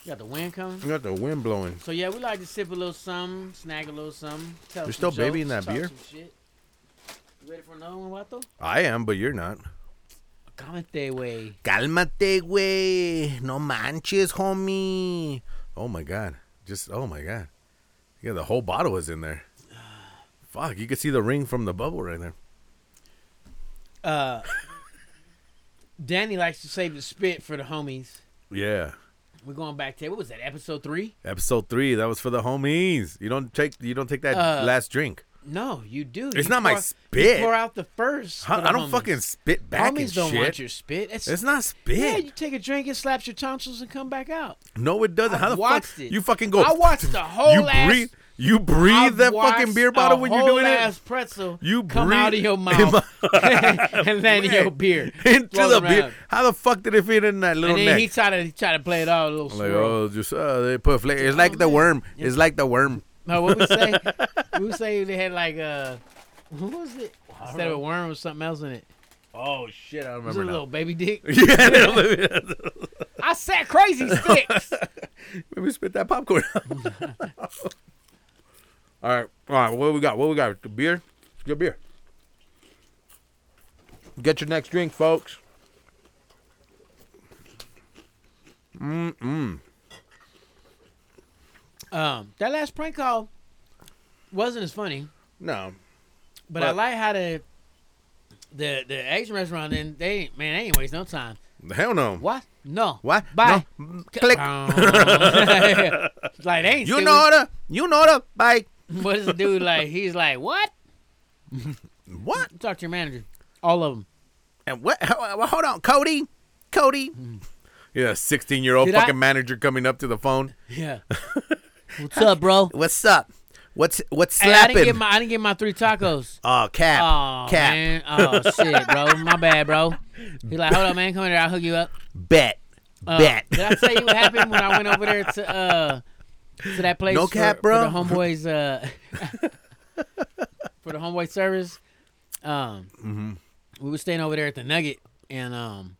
Speaker 5: You got the wind coming.
Speaker 1: You got the wind blowing.
Speaker 5: So yeah, we like to sip a little something, snag a little something. Tell
Speaker 1: You're
Speaker 5: some
Speaker 1: still babying
Speaker 5: jokes,
Speaker 1: that
Speaker 5: talk
Speaker 1: beer?
Speaker 5: some shit. You ready for another one, Wato?
Speaker 1: I am, but you're not.
Speaker 5: Cálmate, way.
Speaker 1: Cálmate, güey. No manches, homie. Oh my god. Just oh my god. Yeah, the whole bottle was in there. Fuck, you could see the ring from the bubble right there.
Speaker 5: Uh, Danny likes to save the spit for the homies.
Speaker 1: Yeah.
Speaker 5: We're going back to what was that episode three?
Speaker 1: Episode three, that was for the homies. You don't take you don't take that
Speaker 5: Uh,
Speaker 1: last drink.
Speaker 5: No, you do.
Speaker 1: It's
Speaker 5: You
Speaker 1: not my
Speaker 5: pour- you
Speaker 1: spit.
Speaker 5: Pour out the first.
Speaker 1: Huh,
Speaker 5: for the
Speaker 1: I don't
Speaker 5: homies.
Speaker 1: fucking spit back
Speaker 5: homies
Speaker 1: and
Speaker 5: don't
Speaker 1: shit.
Speaker 5: want your spit. It's,
Speaker 1: It's not
Speaker 5: yeah.
Speaker 1: spit.
Speaker 5: You take a drink, it slaps your tonsils, and come back out.
Speaker 1: no, it doesn't.
Speaker 5: I've
Speaker 1: How the
Speaker 5: watched
Speaker 1: fuck
Speaker 5: it.
Speaker 1: you fucking go?
Speaker 5: I watched the whole
Speaker 1: You
Speaker 5: ass-
Speaker 1: breathe. You breathe
Speaker 5: I've
Speaker 1: that fucking
Speaker 5: watched
Speaker 1: beer bottle
Speaker 5: a
Speaker 1: when you're
Speaker 5: whole
Speaker 1: doing it.
Speaker 5: ass pretzel
Speaker 1: You
Speaker 5: come
Speaker 1: breathe
Speaker 5: out of your
Speaker 1: in
Speaker 5: mouth
Speaker 1: my-
Speaker 5: and land in your
Speaker 1: Man.
Speaker 5: beer
Speaker 1: into
Speaker 5: float
Speaker 1: the
Speaker 5: around.
Speaker 1: beer. How the fuck did it fit in that little
Speaker 5: And then
Speaker 1: neck?
Speaker 5: he tried to he tried to play it all a little
Speaker 1: I'm like,
Speaker 5: swirl.
Speaker 1: oh, just uh, they put flavor. It's like
Speaker 5: Oh,
Speaker 1: the worm. It's like the worm.
Speaker 5: No, what we say? we would say they had like uh, who was it? Instead of a worm or something else in it.
Speaker 1: Oh shit, I
Speaker 5: It was a little baby dick.
Speaker 1: yeah,
Speaker 5: I said crazy sticks.
Speaker 1: maybe spit that popcorn. all right, all right. What we got? What we got? The beer. Good beer. Get your next drink, folks.
Speaker 5: um, that last prank call wasn't as funny,
Speaker 1: No,
Speaker 5: but, I
Speaker 1: But-
Speaker 5: like how the the the Asian restaurant then they man they ain't waste no time.
Speaker 1: hell no.
Speaker 5: What? No.
Speaker 1: What?
Speaker 5: Bye.
Speaker 1: No. Click.
Speaker 5: like they ain't
Speaker 1: You
Speaker 5: serious.
Speaker 1: know order. You know order. Bye.
Speaker 5: what is the dude like? He's like, what?
Speaker 1: What?
Speaker 5: Talk to your manager. All of them.
Speaker 1: And what? ho- ho- Hold on, Cody. Cody. Hmm. Yeah, sixteen-year-old
Speaker 5: Did I-
Speaker 1: fucking manager coming up to the phone.
Speaker 5: Yeah. What's up, bro?
Speaker 1: What's up? What's what's
Speaker 5: Hey, I didn't
Speaker 1: slapping?
Speaker 5: get my I didn't get my three tacos.
Speaker 1: oh, cap.
Speaker 5: Oh
Speaker 1: cap.
Speaker 5: man. Oh shit, bro. My bad, bro. He's like, hold up, man. Come in there. I'll hook you up.
Speaker 1: Bet.
Speaker 5: Uh,
Speaker 1: Bet.
Speaker 5: Did I tell you what happened when I went over there to uh to that place?
Speaker 1: No
Speaker 5: for,
Speaker 1: cap,
Speaker 5: for
Speaker 1: bro.
Speaker 5: the homeboys uh for the homeboy service. Um,
Speaker 1: Mm-hmm.
Speaker 5: we were staying over there at the Nugget, and um,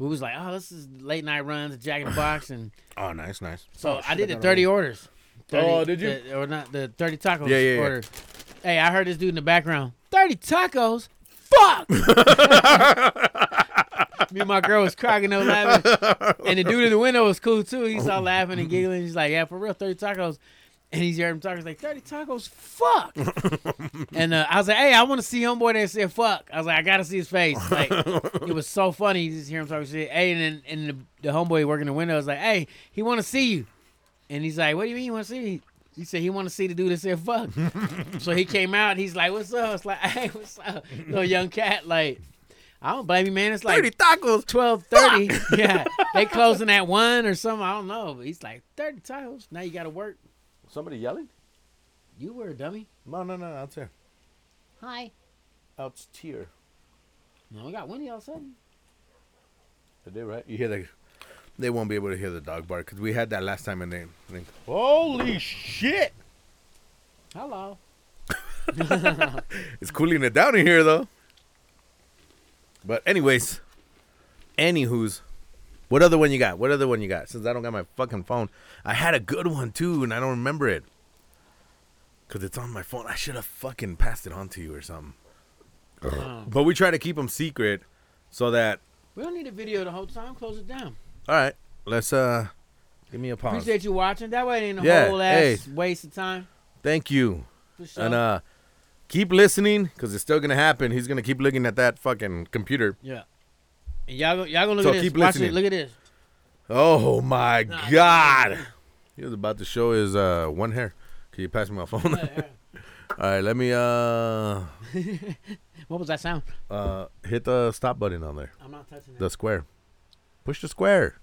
Speaker 5: we was like, oh, this is late night runs, Jack in the Box, and
Speaker 1: Oh, nice, nice.
Speaker 5: so I did the thirty orders. 30,
Speaker 1: Oh, did you?
Speaker 5: the- or not the thirty tacos
Speaker 1: Yeah, yeah, yeah.
Speaker 5: order? Hey, I heard this dude in the background. Thirty tacos. Fuck. Me and my girl was cracking up laughing, and the dude in the window was cool too. He started laughing and giggling. He's like, "Yeah, for real, thirty tacos." And he's hearing him talking he's like thirty tacos. Fuck. and uh, I was like, "Hey, I want to see homeboy that said fuck." I was like, "I gotta see his face." Like, it was so funny. You just hear him talking shit. Hey, and then and the, the homeboy working the window was like, "Hey, he want to see you." And he's like, "What do you mean you want to see me?" He said he want to see the dude that said fuck. so he came out. He's like, "What's up?" It's like, "Hey, what's up?" Little young cat. Like, I don't blame you, man. It's like
Speaker 1: Thirty tacos.
Speaker 5: twelve thirty. yeah, they closing at one or something. I don't know. But he's like thirty titles. Now you got to work.
Speaker 1: Somebody yelling?
Speaker 5: You were a dummy.
Speaker 1: No, no, no, out there,
Speaker 5: Hi.
Speaker 1: out here.
Speaker 5: No, we got Winnie all of a sudden.
Speaker 1: They did right. You hear the? They won't be able to hear the dog bark because we had that last time and they think, holy shit!
Speaker 5: Hello.
Speaker 1: It's cooling it down in here though. But anyways, anywho's, what other one you got? What other one you got? Since I don't got my fucking phone, I had a good one too, and I don't remember it. Cause it's on my phone. I should have fucking passed it on to you or something. But we try to keep them secret, so that
Speaker 5: We don't need a video the whole time. Close it down.
Speaker 1: all right. Let's uh, give me a pause.
Speaker 5: Appreciate you watching. That way it ain't a
Speaker 1: Yeah,
Speaker 5: whole ass
Speaker 1: hey.
Speaker 5: waste of time.
Speaker 1: Thank you.
Speaker 5: For sure.
Speaker 1: And uh keep listening cuz it's still going to happen. He's going to keep looking at that fucking computer.
Speaker 5: yeah. And y'all, go- y'all gonna look
Speaker 1: So
Speaker 5: at this.
Speaker 1: keep
Speaker 5: Watch
Speaker 1: listening.
Speaker 5: it. Look at this.
Speaker 1: Oh my
Speaker 5: Nah,
Speaker 1: god. He was about to show his uh one hair. Can you pass me my phone?
Speaker 5: yeah.
Speaker 1: All right, let me uh
Speaker 5: What was that sound?
Speaker 1: uh hit the stop button on there.
Speaker 5: I'm not touching
Speaker 1: The square. Push the square.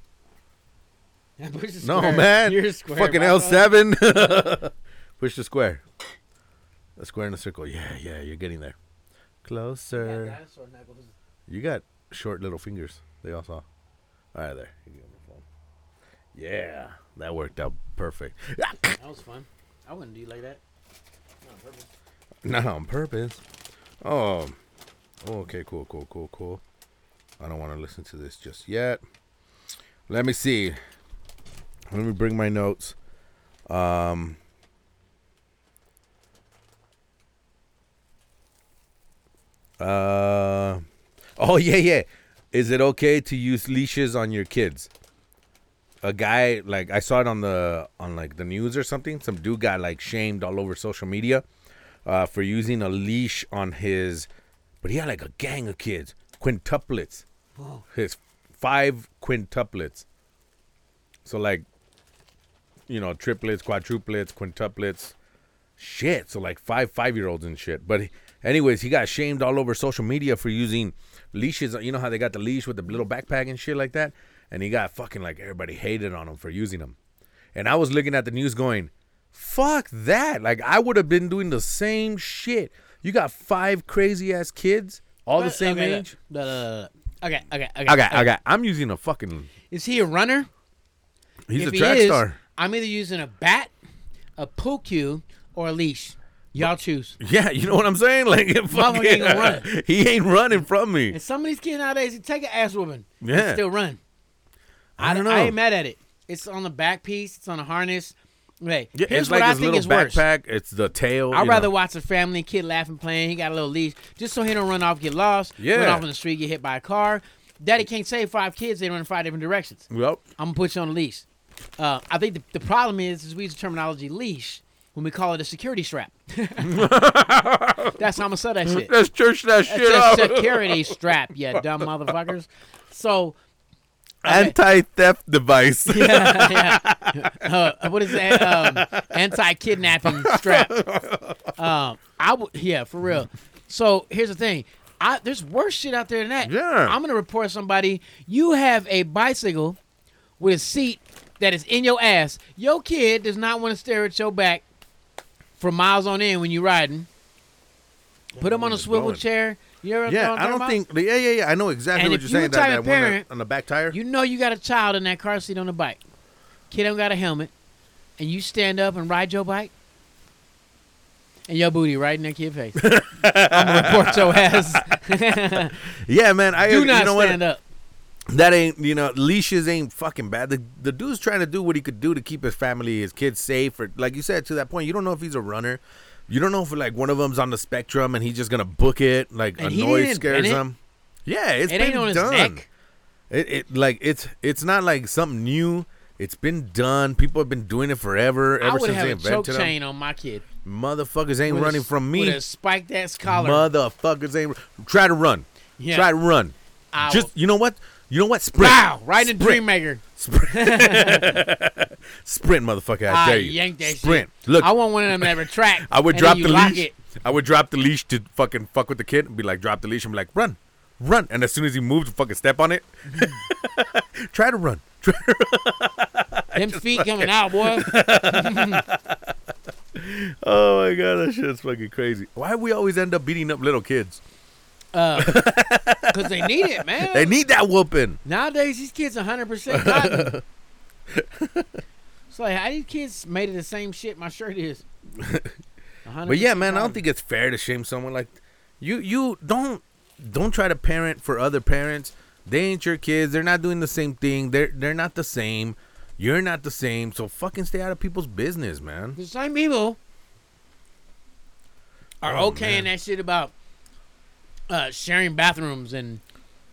Speaker 5: that. Push the
Speaker 1: No,
Speaker 5: square.
Speaker 1: man.
Speaker 5: You're a square.
Speaker 1: Fucking
Speaker 5: my
Speaker 1: L7. Push the square. A square and a circle. Yeah, yeah, you're getting there.
Speaker 5: bad.
Speaker 1: Closer.
Speaker 5: Dinosaur knuckles.
Speaker 1: You got short little fingers. They all saw. All right, there. You get my phone. Yeah, that worked out perfect.
Speaker 5: That was fun. I wouldn't do you like that.
Speaker 1: Not on purpose. Oh, okay, cool, cool, cool, cool. I don't want to listen to this just yet. Let me see. Let me bring my notes. Um, uh, oh, yeah, yeah. Is it okay to use leashes on your kids? a guy like I saw it on the on like the news or something. Some dude got like shamed all over social media uh, for using a leash on his, but he had like a gang of kids, quintuplets, his five quintuplets. So like, you know, triplets, quadruplets, quintuplets, shit. So like five five year olds and shit. But he- anyways, he got shamed all over social media for using leashes. You know how they got the leash with the little backpack and shit like that. And he got fucking like everybody hated on him for using them. And I was looking at the news going, fuck that. Like I would have been doing the same shit. You got five crazy ass kids, all the
Speaker 5: But-
Speaker 1: same
Speaker 5: okay,
Speaker 1: age.
Speaker 5: look, look, look, look. Okay, okay, okay.
Speaker 1: I got, I got. I'm using a fucking.
Speaker 5: Is he a runner?
Speaker 1: He's
Speaker 5: If
Speaker 1: a
Speaker 5: he
Speaker 1: track
Speaker 5: is,
Speaker 1: star.
Speaker 5: I'm either using a bat, a pool cue, or a leash. Y'all choose.
Speaker 1: Yeah, you know what I'm saying? Like, fucking,
Speaker 5: ain't gonna run.
Speaker 1: he ain't running from me.
Speaker 5: And some of these kids nowadays, they take an ass whooping. and
Speaker 1: Yeah.
Speaker 5: still run.
Speaker 1: I don't know.
Speaker 5: I ain't mad at it. It's on the back piece. It's on a harness. Hey,
Speaker 1: Yeah,
Speaker 5: here's
Speaker 1: it's like
Speaker 5: what I
Speaker 1: his
Speaker 5: think
Speaker 1: little
Speaker 5: is worse.
Speaker 1: backpack. It's the tail.
Speaker 5: I'd
Speaker 1: you
Speaker 5: rather
Speaker 1: know.
Speaker 5: watch a family kid laughing, playing. He got a little leash, just so he don't run off, get lost, run
Speaker 1: Yeah.
Speaker 5: off on the street, get hit by a car. Daddy can't save five kids; they run in five different directions.
Speaker 1: Well,
Speaker 5: I'm gonna put you on a leash. Uh, I think the, the problem is, is we use the terminology leash when we call it a security strap. That's how I'm gonna sell that shit.
Speaker 1: let's church that
Speaker 5: That's
Speaker 1: shit
Speaker 5: a
Speaker 1: up.
Speaker 5: security strap, you dumb motherfuckers. So
Speaker 1: Anti-theft device.
Speaker 5: yeah, yeah. Uh, what is that? Um, anti-kidnapping strap. Um, I would, yeah, for real. So here's the thing. I, there's worse shit out there than that.
Speaker 1: Yeah.
Speaker 5: I'm gonna report somebody. You have a bicycle with a seat that is in your ass. Your kid does not want to stare at your back for miles on end when you're riding. Put him on a
Speaker 1: it's
Speaker 5: swivel
Speaker 1: going.
Speaker 5: chair. You ever
Speaker 1: yeah, I don't think. Yeah, yeah, yeah. I know exactly
Speaker 5: And
Speaker 1: what
Speaker 5: if
Speaker 1: you're saying.
Speaker 5: you
Speaker 1: That,
Speaker 5: the type
Speaker 1: that
Speaker 5: of
Speaker 1: one that-
Speaker 5: parent-
Speaker 1: on the back tire.
Speaker 5: You know you got a child in that car seat on a bike. Kid don't got a helmet, and you stand up and ride your bike. And your booty right neck to your face. I'm gonna report your ass.
Speaker 1: Yeah, man. I
Speaker 5: Do
Speaker 1: you
Speaker 5: not
Speaker 1: know what?
Speaker 5: stand up.
Speaker 1: That ain't you know leashes ain't fucking bad. The the dude's trying to do what he could do to keep his family, his kids safe. Or like you said to that point, you don't know if he's a runner. You don't know if like one of them's on the spectrum and he's just gonna book it. Like
Speaker 5: And
Speaker 1: a
Speaker 5: he
Speaker 1: noise
Speaker 5: didn't
Speaker 1: scares
Speaker 5: invent it.
Speaker 1: him. Yeah, it's
Speaker 5: It
Speaker 1: been
Speaker 5: ain't on his
Speaker 1: done.
Speaker 5: neck.
Speaker 1: It, it like it's it's not like something new. It's been done. People have been doing it forever.
Speaker 5: I
Speaker 1: Ever
Speaker 5: would
Speaker 1: since
Speaker 5: have
Speaker 1: they
Speaker 5: a choke
Speaker 1: invented them,
Speaker 5: chain on my kid.
Speaker 1: motherfuckers ain't
Speaker 5: With a-
Speaker 1: running from me.
Speaker 5: With a spiked ass collar.
Speaker 1: Motherfuckers ain't try to run.
Speaker 5: Yeah.
Speaker 1: Try to run.
Speaker 5: I will-
Speaker 1: Just you know what? You know what? Sprint.
Speaker 5: Wow, right in
Speaker 1: Sprint.
Speaker 5: Dreammaker.
Speaker 1: Sprint, motherfucker! I,
Speaker 5: I
Speaker 1: dare you.
Speaker 5: yanked that shit.
Speaker 1: Sprint. Look,
Speaker 5: I
Speaker 1: I
Speaker 5: want one of them that retract.
Speaker 1: would
Speaker 5: and then
Speaker 1: drop
Speaker 5: you
Speaker 1: the
Speaker 5: lock
Speaker 1: leash.
Speaker 5: It.
Speaker 1: I would drop the leash to fucking fuck with the kid and be like, drop the leash and be like, run, run. And as soon as he moved, fucking step on it. Try to run. Try to run.
Speaker 5: Them feet coming out, boy.
Speaker 1: Oh my god, that shit's fucking crazy. Why we always end up beating up little kids?
Speaker 5: Because Uh, they need it, man.
Speaker 1: They need that whooping.
Speaker 5: Nowadays, these kids 100% cotton. it's like, how these kids made of the same shit my shirt is?
Speaker 1: But yeah, man, I don't think it's fair to shame someone like you. You don't don't try to parent for other parents. They ain't your kids. They're not doing the same thing. They're they're not the same. You're not the same. So fucking stay out of people's business, man.
Speaker 5: The same people are
Speaker 1: Oh,
Speaker 5: okay in that shit about uh, sharing bathrooms and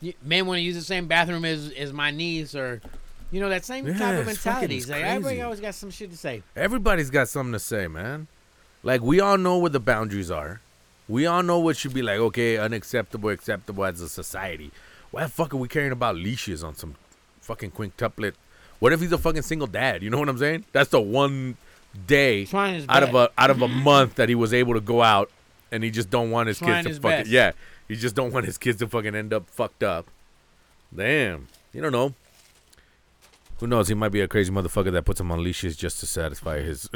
Speaker 5: y- men want to use the same bathroom as, as my niece or, you know, that same type
Speaker 1: Yeah,
Speaker 5: of
Speaker 1: it's fucking-
Speaker 5: mentality.
Speaker 1: it's
Speaker 5: Like, everybody
Speaker 1: crazy.
Speaker 5: always got some shit to say.
Speaker 1: Everybody's got something to say, man. Like we all know what the boundaries are. We all know what should be like. Okay, unacceptable, acceptable as a society. Why the fuck are we caring about leashes on some fucking quintuplet? What if he's a fucking single dad? You know what I'm saying? That's the one day
Speaker 5: Trying his
Speaker 1: out of
Speaker 5: best.
Speaker 1: a out of a month that he was able to go out, and he just don't want his kids
Speaker 5: Trying
Speaker 1: to
Speaker 5: his
Speaker 1: fucking
Speaker 5: best.
Speaker 1: yeah. He just don't want his kids to fucking end up fucked up. Damn, you don't know. Who knows? He might be a crazy motherfucker that puts him on leashes just to satisfy his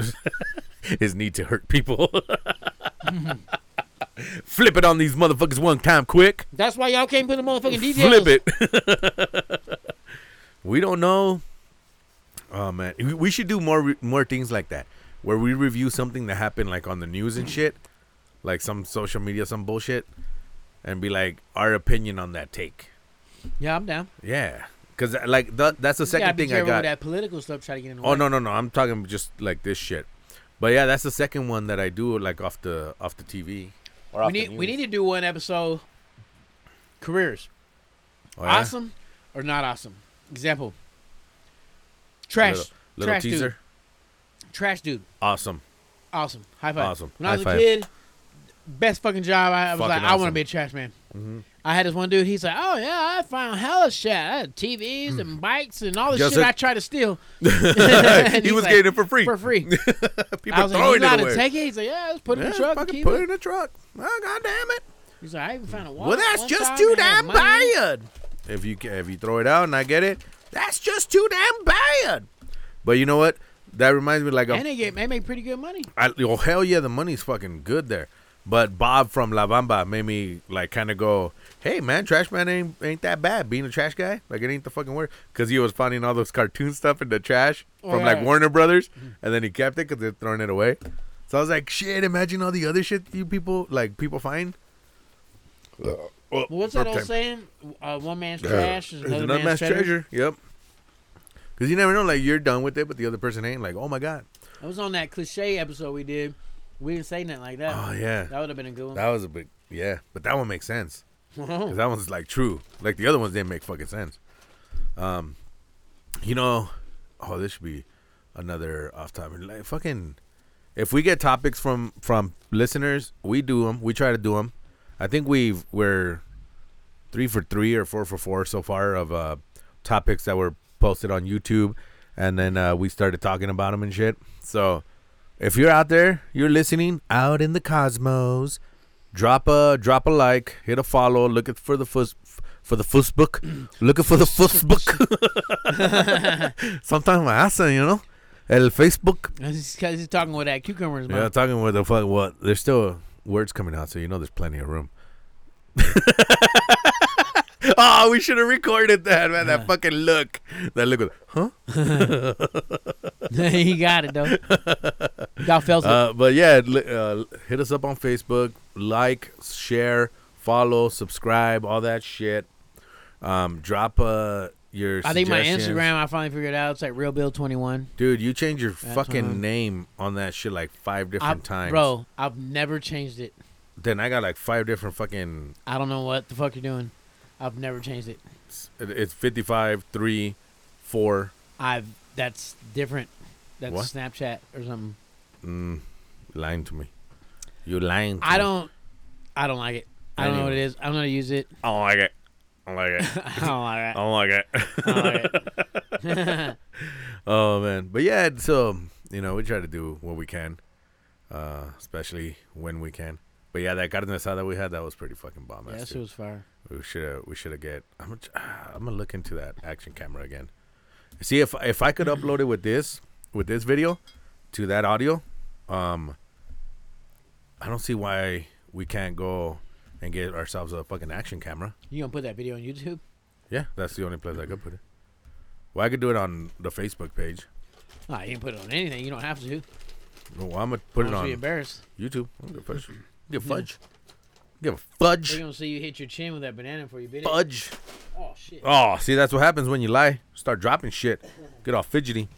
Speaker 1: his need to hurt people. Flip it on these motherfuckers one time quick.
Speaker 5: That's why y'all can't put the motherfucking details.
Speaker 1: Flip it. we don't know. Oh man, We- we should do more re- more things like that, where we review something that happened like on the news and shit, like some social media, some bullshit, and be like our opinion on that take.
Speaker 5: Yeah, I'm down.
Speaker 1: Yeah, because like that that's the
Speaker 5: yeah,
Speaker 1: second
Speaker 5: be
Speaker 1: thing I
Speaker 5: careful
Speaker 1: got.
Speaker 5: with that political stuff try to get in the
Speaker 1: Oh
Speaker 5: way.
Speaker 1: no no no! I'm talking just like this shit. But yeah, that's the second one that I do like off the off the TV. Or
Speaker 5: we need we need to do one episode careers
Speaker 1: oh, yeah?
Speaker 5: awesome or not awesome example trash
Speaker 1: little, little
Speaker 5: trash
Speaker 1: teaser.
Speaker 5: dude trash dude
Speaker 1: Awesome.
Speaker 5: awesome high five
Speaker 1: Awesome.
Speaker 5: when I was
Speaker 1: High
Speaker 5: a
Speaker 1: five.
Speaker 5: kid best fucking job I, I was
Speaker 1: Fucking
Speaker 5: like I want to
Speaker 1: awesome. Mm-hmm.
Speaker 5: be a trash man I had this one dude he's like oh yeah I found hella shit I had TVs
Speaker 1: Mm.
Speaker 5: and bikes and all the
Speaker 1: Guess
Speaker 5: shit
Speaker 1: it-
Speaker 5: I tried to steal
Speaker 1: He was getting it for free.
Speaker 5: for free
Speaker 1: People
Speaker 5: I was like you
Speaker 1: throwing it
Speaker 5: gotta
Speaker 1: away.
Speaker 5: take it he's like yeah let's put it
Speaker 1: yeah,
Speaker 5: in the truck and
Speaker 1: fucking
Speaker 5: keep
Speaker 1: put it
Speaker 5: it.
Speaker 1: in the truck. Oh god damn it!
Speaker 5: he's like I even found a
Speaker 1: Well,
Speaker 5: wallet
Speaker 1: that's
Speaker 5: one
Speaker 1: just
Speaker 5: time
Speaker 1: too
Speaker 5: and it had
Speaker 1: damn
Speaker 5: money in it."
Speaker 1: bad. If you ca- if you throw it out and I get it, that's just too damn bad. But you know what? That reminds me like a
Speaker 5: and they get they make pretty good money.
Speaker 1: I, oh hell yeah, the money's fucking good there. But Bob from La Bamba made me like kind of go, hey man, trash man ain't ain't that bad. Being a trash guy, like it ain't the fucking word, because he was finding all those cartoon stuff in the trash from like
Speaker 5: yeah.
Speaker 1: Warner Brothers, and then he kept it because they're throwing it away. So I was like, shit, imagine all the other shit you people like people find. Well,
Speaker 5: Well, what's that
Speaker 1: okay.
Speaker 5: old saying? Uh, one man's trash is
Speaker 1: It's
Speaker 5: another,
Speaker 1: another
Speaker 5: man's, treasure.
Speaker 1: Yep. Because you never know, like you're done with it, but the other person ain't. Like, oh my god,
Speaker 5: I was on that cliche episode we did. We didn't say nothing like that.
Speaker 1: oh yeah,
Speaker 5: That would have been a good one. Oh,
Speaker 1: that was a big yeah. But that one makes sense.
Speaker 5: Whoa.
Speaker 1: Cause that one's like true. Like the other ones didn't make fucking sense. Um, you know, oh, this should be another off topic. Like fucking, if we get topics from from listeners, we do them. We try to do them. I think we've we're three for three or four for four so far of uh topics that were posted on YouTube, and then uh, we started talking about them and shit. So if you're out there, you're listening out in the cosmos, drop a drop a like, hit a follow, looking for the fuss for the book, looking for the book. Sometimes my ass, you know, el Facebook.
Speaker 5: That's because he's talking with that cucumber in his
Speaker 1: Yeah,
Speaker 5: mouth.
Speaker 1: talking with the fuck. What? There's still words coming out, so you know there's plenty of room. oh, we should have recorded that, man. That fucking look. That look. With, huh?
Speaker 5: he got it though. Y'all felt it.
Speaker 1: Uh, but yeah, li- uh, hit us up on Facebook, like, share, follow, subscribe, all that shit. Um, drop uh, your.
Speaker 5: I think my
Speaker 1: suggestions.
Speaker 5: Instagram, I finally figured out. It's like Real Bill Twenty One.
Speaker 1: dude. You changed your fucking
Speaker 5: uh-huh.
Speaker 1: name on that shit like five different times,
Speaker 5: Bro, I've never changed it.
Speaker 1: Then I got like five different fucking.
Speaker 5: I don't know what the fuck you're doing. I've never changed it.
Speaker 1: it- It's fifty-five, three, four.
Speaker 5: I've that's different. That's
Speaker 1: What?
Speaker 5: Snapchat or something.
Speaker 1: Mm, lying to me. You lying. To
Speaker 5: I
Speaker 1: me.
Speaker 5: don't. I don't like it. I don't know what it is. I'm gonna use it.
Speaker 1: I don't like it. I don't like it.
Speaker 5: I don't like
Speaker 1: I
Speaker 5: it.
Speaker 1: don't like it.
Speaker 5: Oh, I don't like it.
Speaker 1: Oh man, but yeah, so you know we try to do what we can, uh, especially when we can. But yeah, that carne asada we had that was pretty fucking bomb.
Speaker 5: Yeah,
Speaker 1: ass,
Speaker 5: that shit
Speaker 1: dude.
Speaker 5: was fire.
Speaker 1: we should we should have get. I'm gonna, tr- I'm gonna look into that action camera again. See if if I could upload it with this with this video to that audio. Um, I don't see why we can't go and get ourselves a fucking action camera.
Speaker 5: You gonna put that video on YouTube?
Speaker 1: Yeah, that's the only place I could put it. Well, I could do it on the Facebook page.
Speaker 5: Oh, you can put it on anything. You don't have to.
Speaker 1: Well, I'm gonna put it
Speaker 5: Don't
Speaker 1: on.
Speaker 5: be embarrassed.
Speaker 1: YouTube. I don't give a fudge.
Speaker 5: Mm-hmm.
Speaker 1: Give a fudge. Give a
Speaker 5: They're
Speaker 1: fudge.
Speaker 5: gonna see you hit your chin with that banana before you bit it.
Speaker 1: Fudge.
Speaker 5: Oh shit.
Speaker 1: Oh, see, that's what happens when you lie. Start dropping shit. Get all fidgety.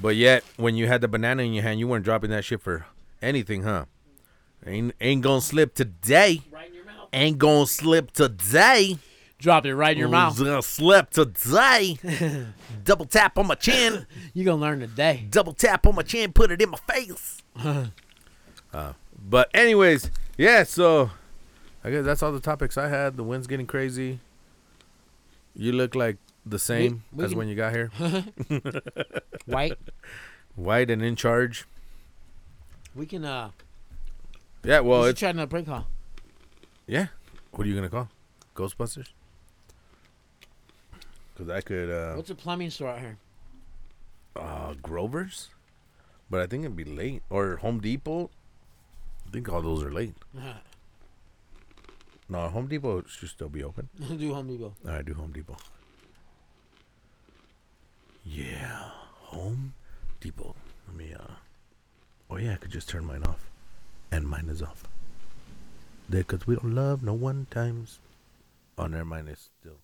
Speaker 1: But yet, when you had the banana in your hand, you weren't dropping that shit for anything, huh? Ain't ain't gonna slip today.
Speaker 5: Right in your mouth.
Speaker 1: Ain't gonna slip today.
Speaker 5: Dropped it right in your mouth.
Speaker 1: Gonna slip today. Double tap on my chin.
Speaker 5: You gonna learn today.
Speaker 1: double tap on my chin, put it in my face. Uh, but anyways, yeah. So I guess that's all the topics I had. The wind's getting crazy. You look like the same
Speaker 5: we
Speaker 1: as
Speaker 5: can-
Speaker 1: when you got here,
Speaker 5: White.
Speaker 1: white and in charge.
Speaker 5: We can uh.
Speaker 1: Yeah. Well,
Speaker 5: we should
Speaker 1: it's
Speaker 5: try another prank call.
Speaker 1: yeah. What are you gonna call? Ghostbusters. Cause I could. Uh,
Speaker 5: What's a plumbing store out here?
Speaker 1: uh Grover's, but I think it'd be late or Home Depot. I think all those are late. No, Home Depot should still be open.
Speaker 5: Do Home Depot.
Speaker 1: I do Home Depot. Yeah, Home Depot. Let me. uh Oh yeah, I could just turn mine off, and mine is off. Because we don't love no one times. Oh, never mind. It's still.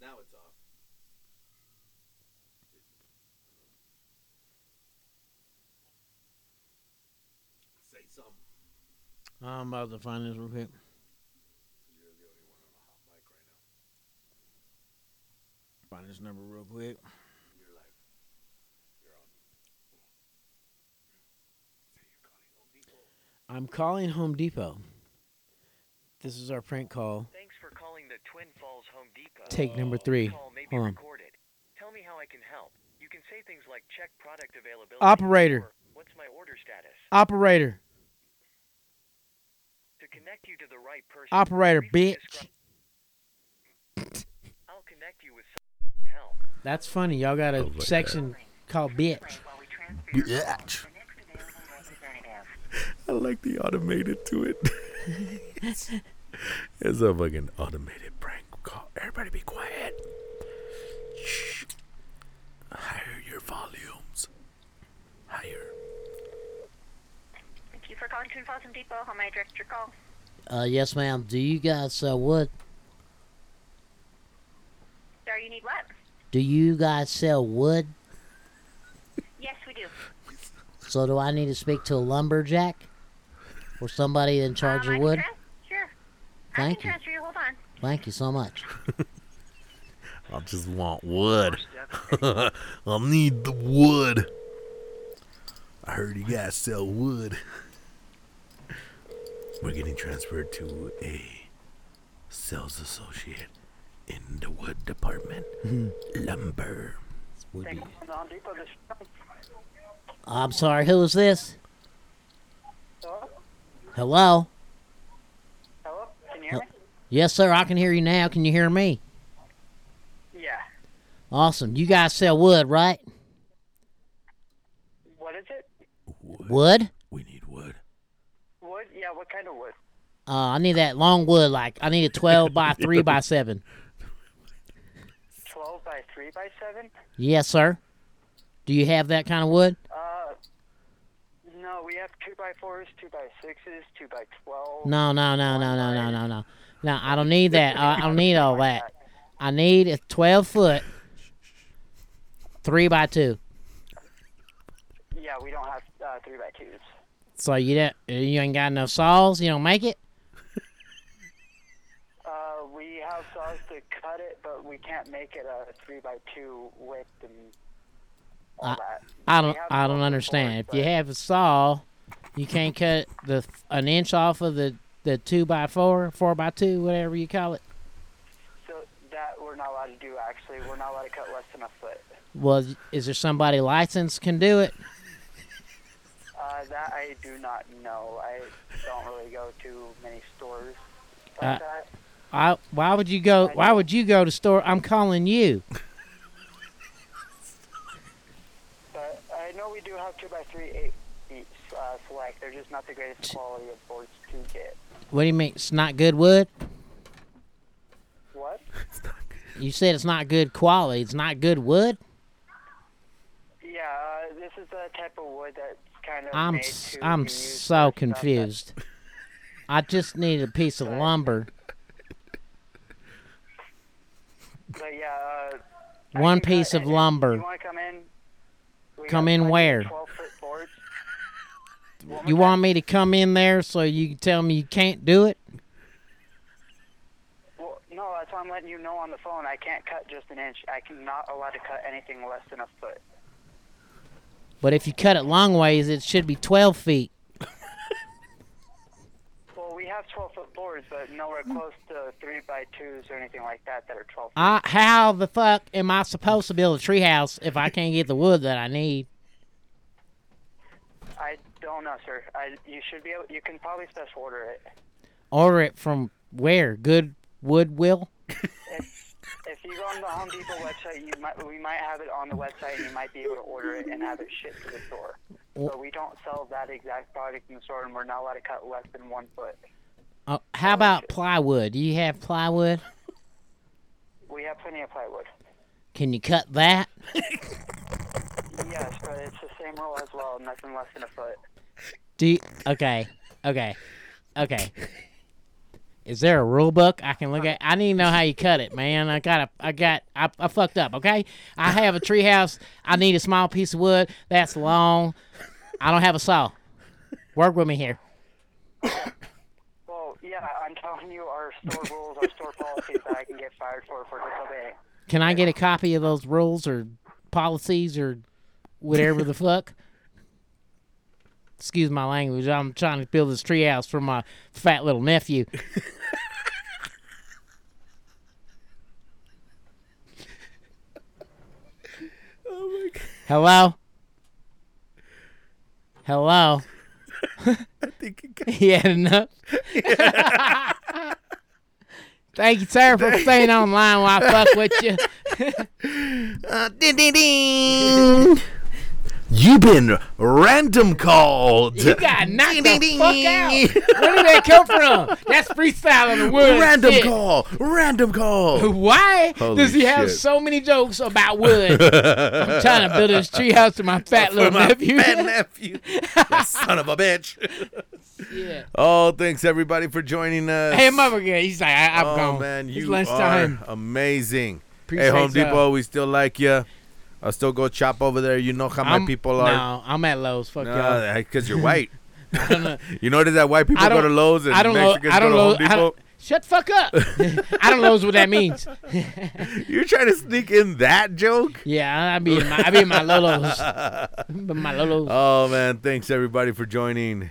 Speaker 1: Now it's off. Say something.
Speaker 5: I'm about to find this real quick. Find this number real quick. I'm calling Home Depot. This is our prank call.
Speaker 7: Thanks for calling the Twin Falls Home Depot.
Speaker 5: Take number three.
Speaker 7: This call may be
Speaker 5: Hold on.
Speaker 7: recorded. Tell me how I can help. You can say things like check product availability.
Speaker 5: Operator.
Speaker 7: or, What's my order status?
Speaker 5: Operator.
Speaker 7: To connect you to the right person.
Speaker 5: Operator,
Speaker 7: briefly
Speaker 5: bitch.
Speaker 7: describe- I'll connect you with some help.
Speaker 5: That's funny. Y'all got a
Speaker 1: Goes like that.
Speaker 5: section called bitch.
Speaker 1: Bitch. I like the automated to it. it's a fucking automated prank call. Everybody be quiet. Shh. Higher your volumes. Higher.
Speaker 8: Thank you for calling Twin Falls Home Depot. How may I direct your call?
Speaker 5: Uh, yes, ma'am. Do you guys uh, sell wood?
Speaker 8: Sir, you need what?
Speaker 5: Do you guys sell wood?
Speaker 8: Yes, we do.
Speaker 5: So do I need to speak to a lumberjack or somebody in charge
Speaker 8: Um, I
Speaker 5: of
Speaker 8: can
Speaker 5: wood?
Speaker 8: trans- sure. I
Speaker 5: Thank
Speaker 8: can
Speaker 5: you.
Speaker 8: transfer you. Hold on.
Speaker 5: Thank you so much.
Speaker 1: I just want wood. I'll need the wood. I heard you guys sell wood. We're getting transferred to a sales associate in the wood department. Lumber.
Speaker 5: I'm sorry, who is this? Hello?
Speaker 7: Hello? Can you hear me?
Speaker 5: Yes, sir, I can hear you now. Can you hear me?
Speaker 7: Yeah.
Speaker 5: Awesome. You guys sell wood, right?
Speaker 7: What is it?
Speaker 5: Wood?
Speaker 1: We need wood.
Speaker 7: Wood? Yeah, what kind of wood?
Speaker 5: Uh, I need that long wood, like I need a 12 by 3 by 7.
Speaker 7: 12 by 3 by 7?
Speaker 5: Yes, sir. Do you have that kind of wood?
Speaker 7: Uh,
Speaker 9: by fours, two by sixes, two by twelves.
Speaker 5: No, no, no, no, no, no, no, no. No, I don't need that. I, I don't need all that. I need a 12 foot, three by two.
Speaker 9: Yeah, we don't have uh, three by twos.
Speaker 5: So you don't, you ain't got no saws. You don't make it.
Speaker 9: Uh, we have saws to cut it, but we can't make it a three by two width and all that.
Speaker 5: I
Speaker 9: We
Speaker 5: don't.
Speaker 9: have
Speaker 5: I
Speaker 9: saws
Speaker 5: don't
Speaker 9: before,
Speaker 5: understand. If you
Speaker 9: but-
Speaker 5: have a saw, you can't cut the an inch off of the the two by four, four by two, whatever you call it.
Speaker 9: So that we're not allowed to do. Actually, we're not allowed to cut less than a foot.
Speaker 5: Well, is there somebody licensed can do it?
Speaker 9: Uh, that I do not know. I don't really go to many stores like
Speaker 5: Uh,
Speaker 9: that.
Speaker 5: I, why would you go? Why would you go to store? I'm calling you.
Speaker 9: But I know we do have two by three eight feet uh, select. They're just not the greatest quality of boards to get.
Speaker 5: What do you mean? It's not good wood.
Speaker 9: What?
Speaker 5: You said it's not good quality. It's not good wood.
Speaker 9: Yeah, uh, this is the type of wood that's kind of.
Speaker 5: I'm
Speaker 9: made
Speaker 5: s-
Speaker 9: to
Speaker 5: I'm
Speaker 9: be used
Speaker 5: so
Speaker 9: for stuff that-
Speaker 5: confused. I just need a piece of lumber.
Speaker 9: But yeah, uh, I
Speaker 5: One
Speaker 9: can cut
Speaker 5: piece of
Speaker 9: it. You
Speaker 5: lumber.
Speaker 9: wanna come in? We
Speaker 5: Come
Speaker 9: got
Speaker 5: in
Speaker 9: plenty of
Speaker 5: where?
Speaker 9: 12-foot boards.
Speaker 5: You want me to come in there so you can tell me you can't do it?
Speaker 9: Well, no, that's why I'm letting you know on the phone. I can't cut just an inch. I cannot allowed to cut anything less than a foot.
Speaker 5: But if you cut it long ways, it should be 12 feet.
Speaker 9: Well, we have 12 foot boards, but nowhere close to 3 by 2s or anything like that that are 12 feet.
Speaker 5: Mm. I, how the fuck am I supposed to build a treehouse if I can't get the wood that I need?
Speaker 9: I don't know, sir. I, you should be able, you can probably special order it.
Speaker 5: Order it from where? Good Wood Will?
Speaker 9: If you go on the Home Depot website, you might, we might have it on the website and you might be able to order it and have it shipped to the store. But we don't sell that exact product in the store and we're not allowed to cut less than one foot.
Speaker 5: Uh, how about plywood? Do you have plywood?
Speaker 9: We have plenty of plywood.
Speaker 5: Can you cut that?
Speaker 9: Yes, but it's the same rule as well, nothing less than a foot.
Speaker 5: Do you, okay, okay, okay. Is there a rule book I can look at? I need to know how you cut it, man. I got a, I got, I, I fucked up. Okay, I have a treehouse. I need a small piece of wood that's long. I don't have a saw. Work with me here.
Speaker 9: Well, yeah, I'm telling you our store rules, our store policies that I can get fired for for disobeying.
Speaker 5: Can I get a copy of those rules or policies or whatever the fuck? Excuse my language. I'm trying to build this treehouse for my fat little nephew. Hello? Hello? he had enough. Thank you, sir, for staying online while I fuck with you.
Speaker 1: You've been random called.
Speaker 5: You got knocked the fuck out. Where did that come from? That's freestyle in the woods.
Speaker 1: Random
Speaker 5: shit.
Speaker 1: call. Random call.
Speaker 5: Why
Speaker 1: Holy
Speaker 5: does he have
Speaker 1: shit.
Speaker 5: so many jokes about wood? I'm trying to build this treehouse to my fat little
Speaker 1: My
Speaker 5: nephew.
Speaker 1: fat nephew. That son of a bitch.
Speaker 5: yeah.
Speaker 1: Oh, thanks everybody for joining us.
Speaker 5: Hey, motherfucker. He's like, I, I'm
Speaker 1: oh
Speaker 5: gone.
Speaker 1: man,
Speaker 5: It's
Speaker 1: you
Speaker 5: lunchtime.
Speaker 1: are amazing. hey,
Speaker 5: Appreciate
Speaker 1: Home
Speaker 5: y'all.
Speaker 1: Depot, we still like you. I still go chop over there. You know how
Speaker 5: I'm-
Speaker 1: my people are.
Speaker 5: No, I'm at Lowe's. Fuck y'all.
Speaker 1: because you're white.
Speaker 5: I don't know.
Speaker 1: You notice that white people
Speaker 5: I
Speaker 1: go to
Speaker 5: don't-
Speaker 1: Lowe's and
Speaker 5: I don't know.
Speaker 1: Mexicans
Speaker 5: I don't
Speaker 1: go to
Speaker 5: know.
Speaker 1: Home
Speaker 5: I
Speaker 1: Depot.
Speaker 5: don't, shut the fuck up. I don't know what that means.
Speaker 1: You're trying to sneak in that joke?
Speaker 5: Yeah, I be in my I be in my Lolo's. but my Lolo's.
Speaker 1: Oh man, thanks everybody for joining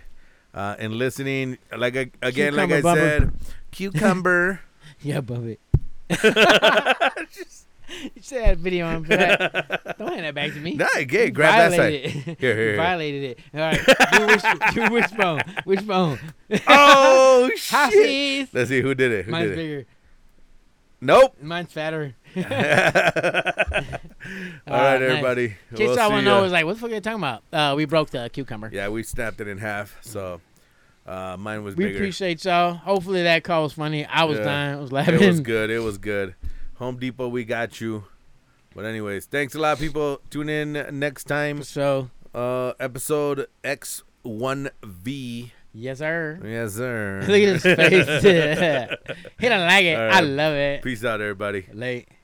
Speaker 1: uh, and listening. Like I, again, like I
Speaker 5: Cucumber bumper.
Speaker 1: said, cucumber.
Speaker 5: Yeah, above it. you said that video on for that. Don't hand that back to me.
Speaker 1: nah, gay. Grab that side.
Speaker 5: Violated it.
Speaker 1: Here, here, here.
Speaker 5: Violated it. All right. Do which, do which phone? Which phone?
Speaker 1: Oh
Speaker 5: House
Speaker 1: shit!
Speaker 5: is.
Speaker 1: Let's see who did it. Who
Speaker 5: Mine's
Speaker 1: did it?
Speaker 5: bigger.
Speaker 1: Nope.
Speaker 5: Mine's fatter. Uh,
Speaker 1: All right,
Speaker 5: nice.
Speaker 1: everybody.
Speaker 5: In
Speaker 1: We'll
Speaker 5: case y'all
Speaker 1: see
Speaker 5: want to know,
Speaker 1: ya.
Speaker 5: was like, what the fuck are you talking about? Uh, we broke the cucumber.
Speaker 1: Yeah, we snapped it in half. So uh, mine was
Speaker 5: we
Speaker 1: bigger.
Speaker 5: appreciate y'all. Hopefully that call was funny. I was
Speaker 1: Yeah.
Speaker 5: dying. I was laughing.
Speaker 1: it was good. It was good. Home Depot, we got you. But anyways, thanks a lot, people. Tune in next time.
Speaker 5: So
Speaker 1: Uh, episode X 1V.
Speaker 5: Yes, sir.
Speaker 1: Yes, sir.
Speaker 5: Look at his face. he don't like it.
Speaker 1: All
Speaker 5: I
Speaker 1: right.
Speaker 5: love it.
Speaker 1: Peace out, everybody.
Speaker 5: Late.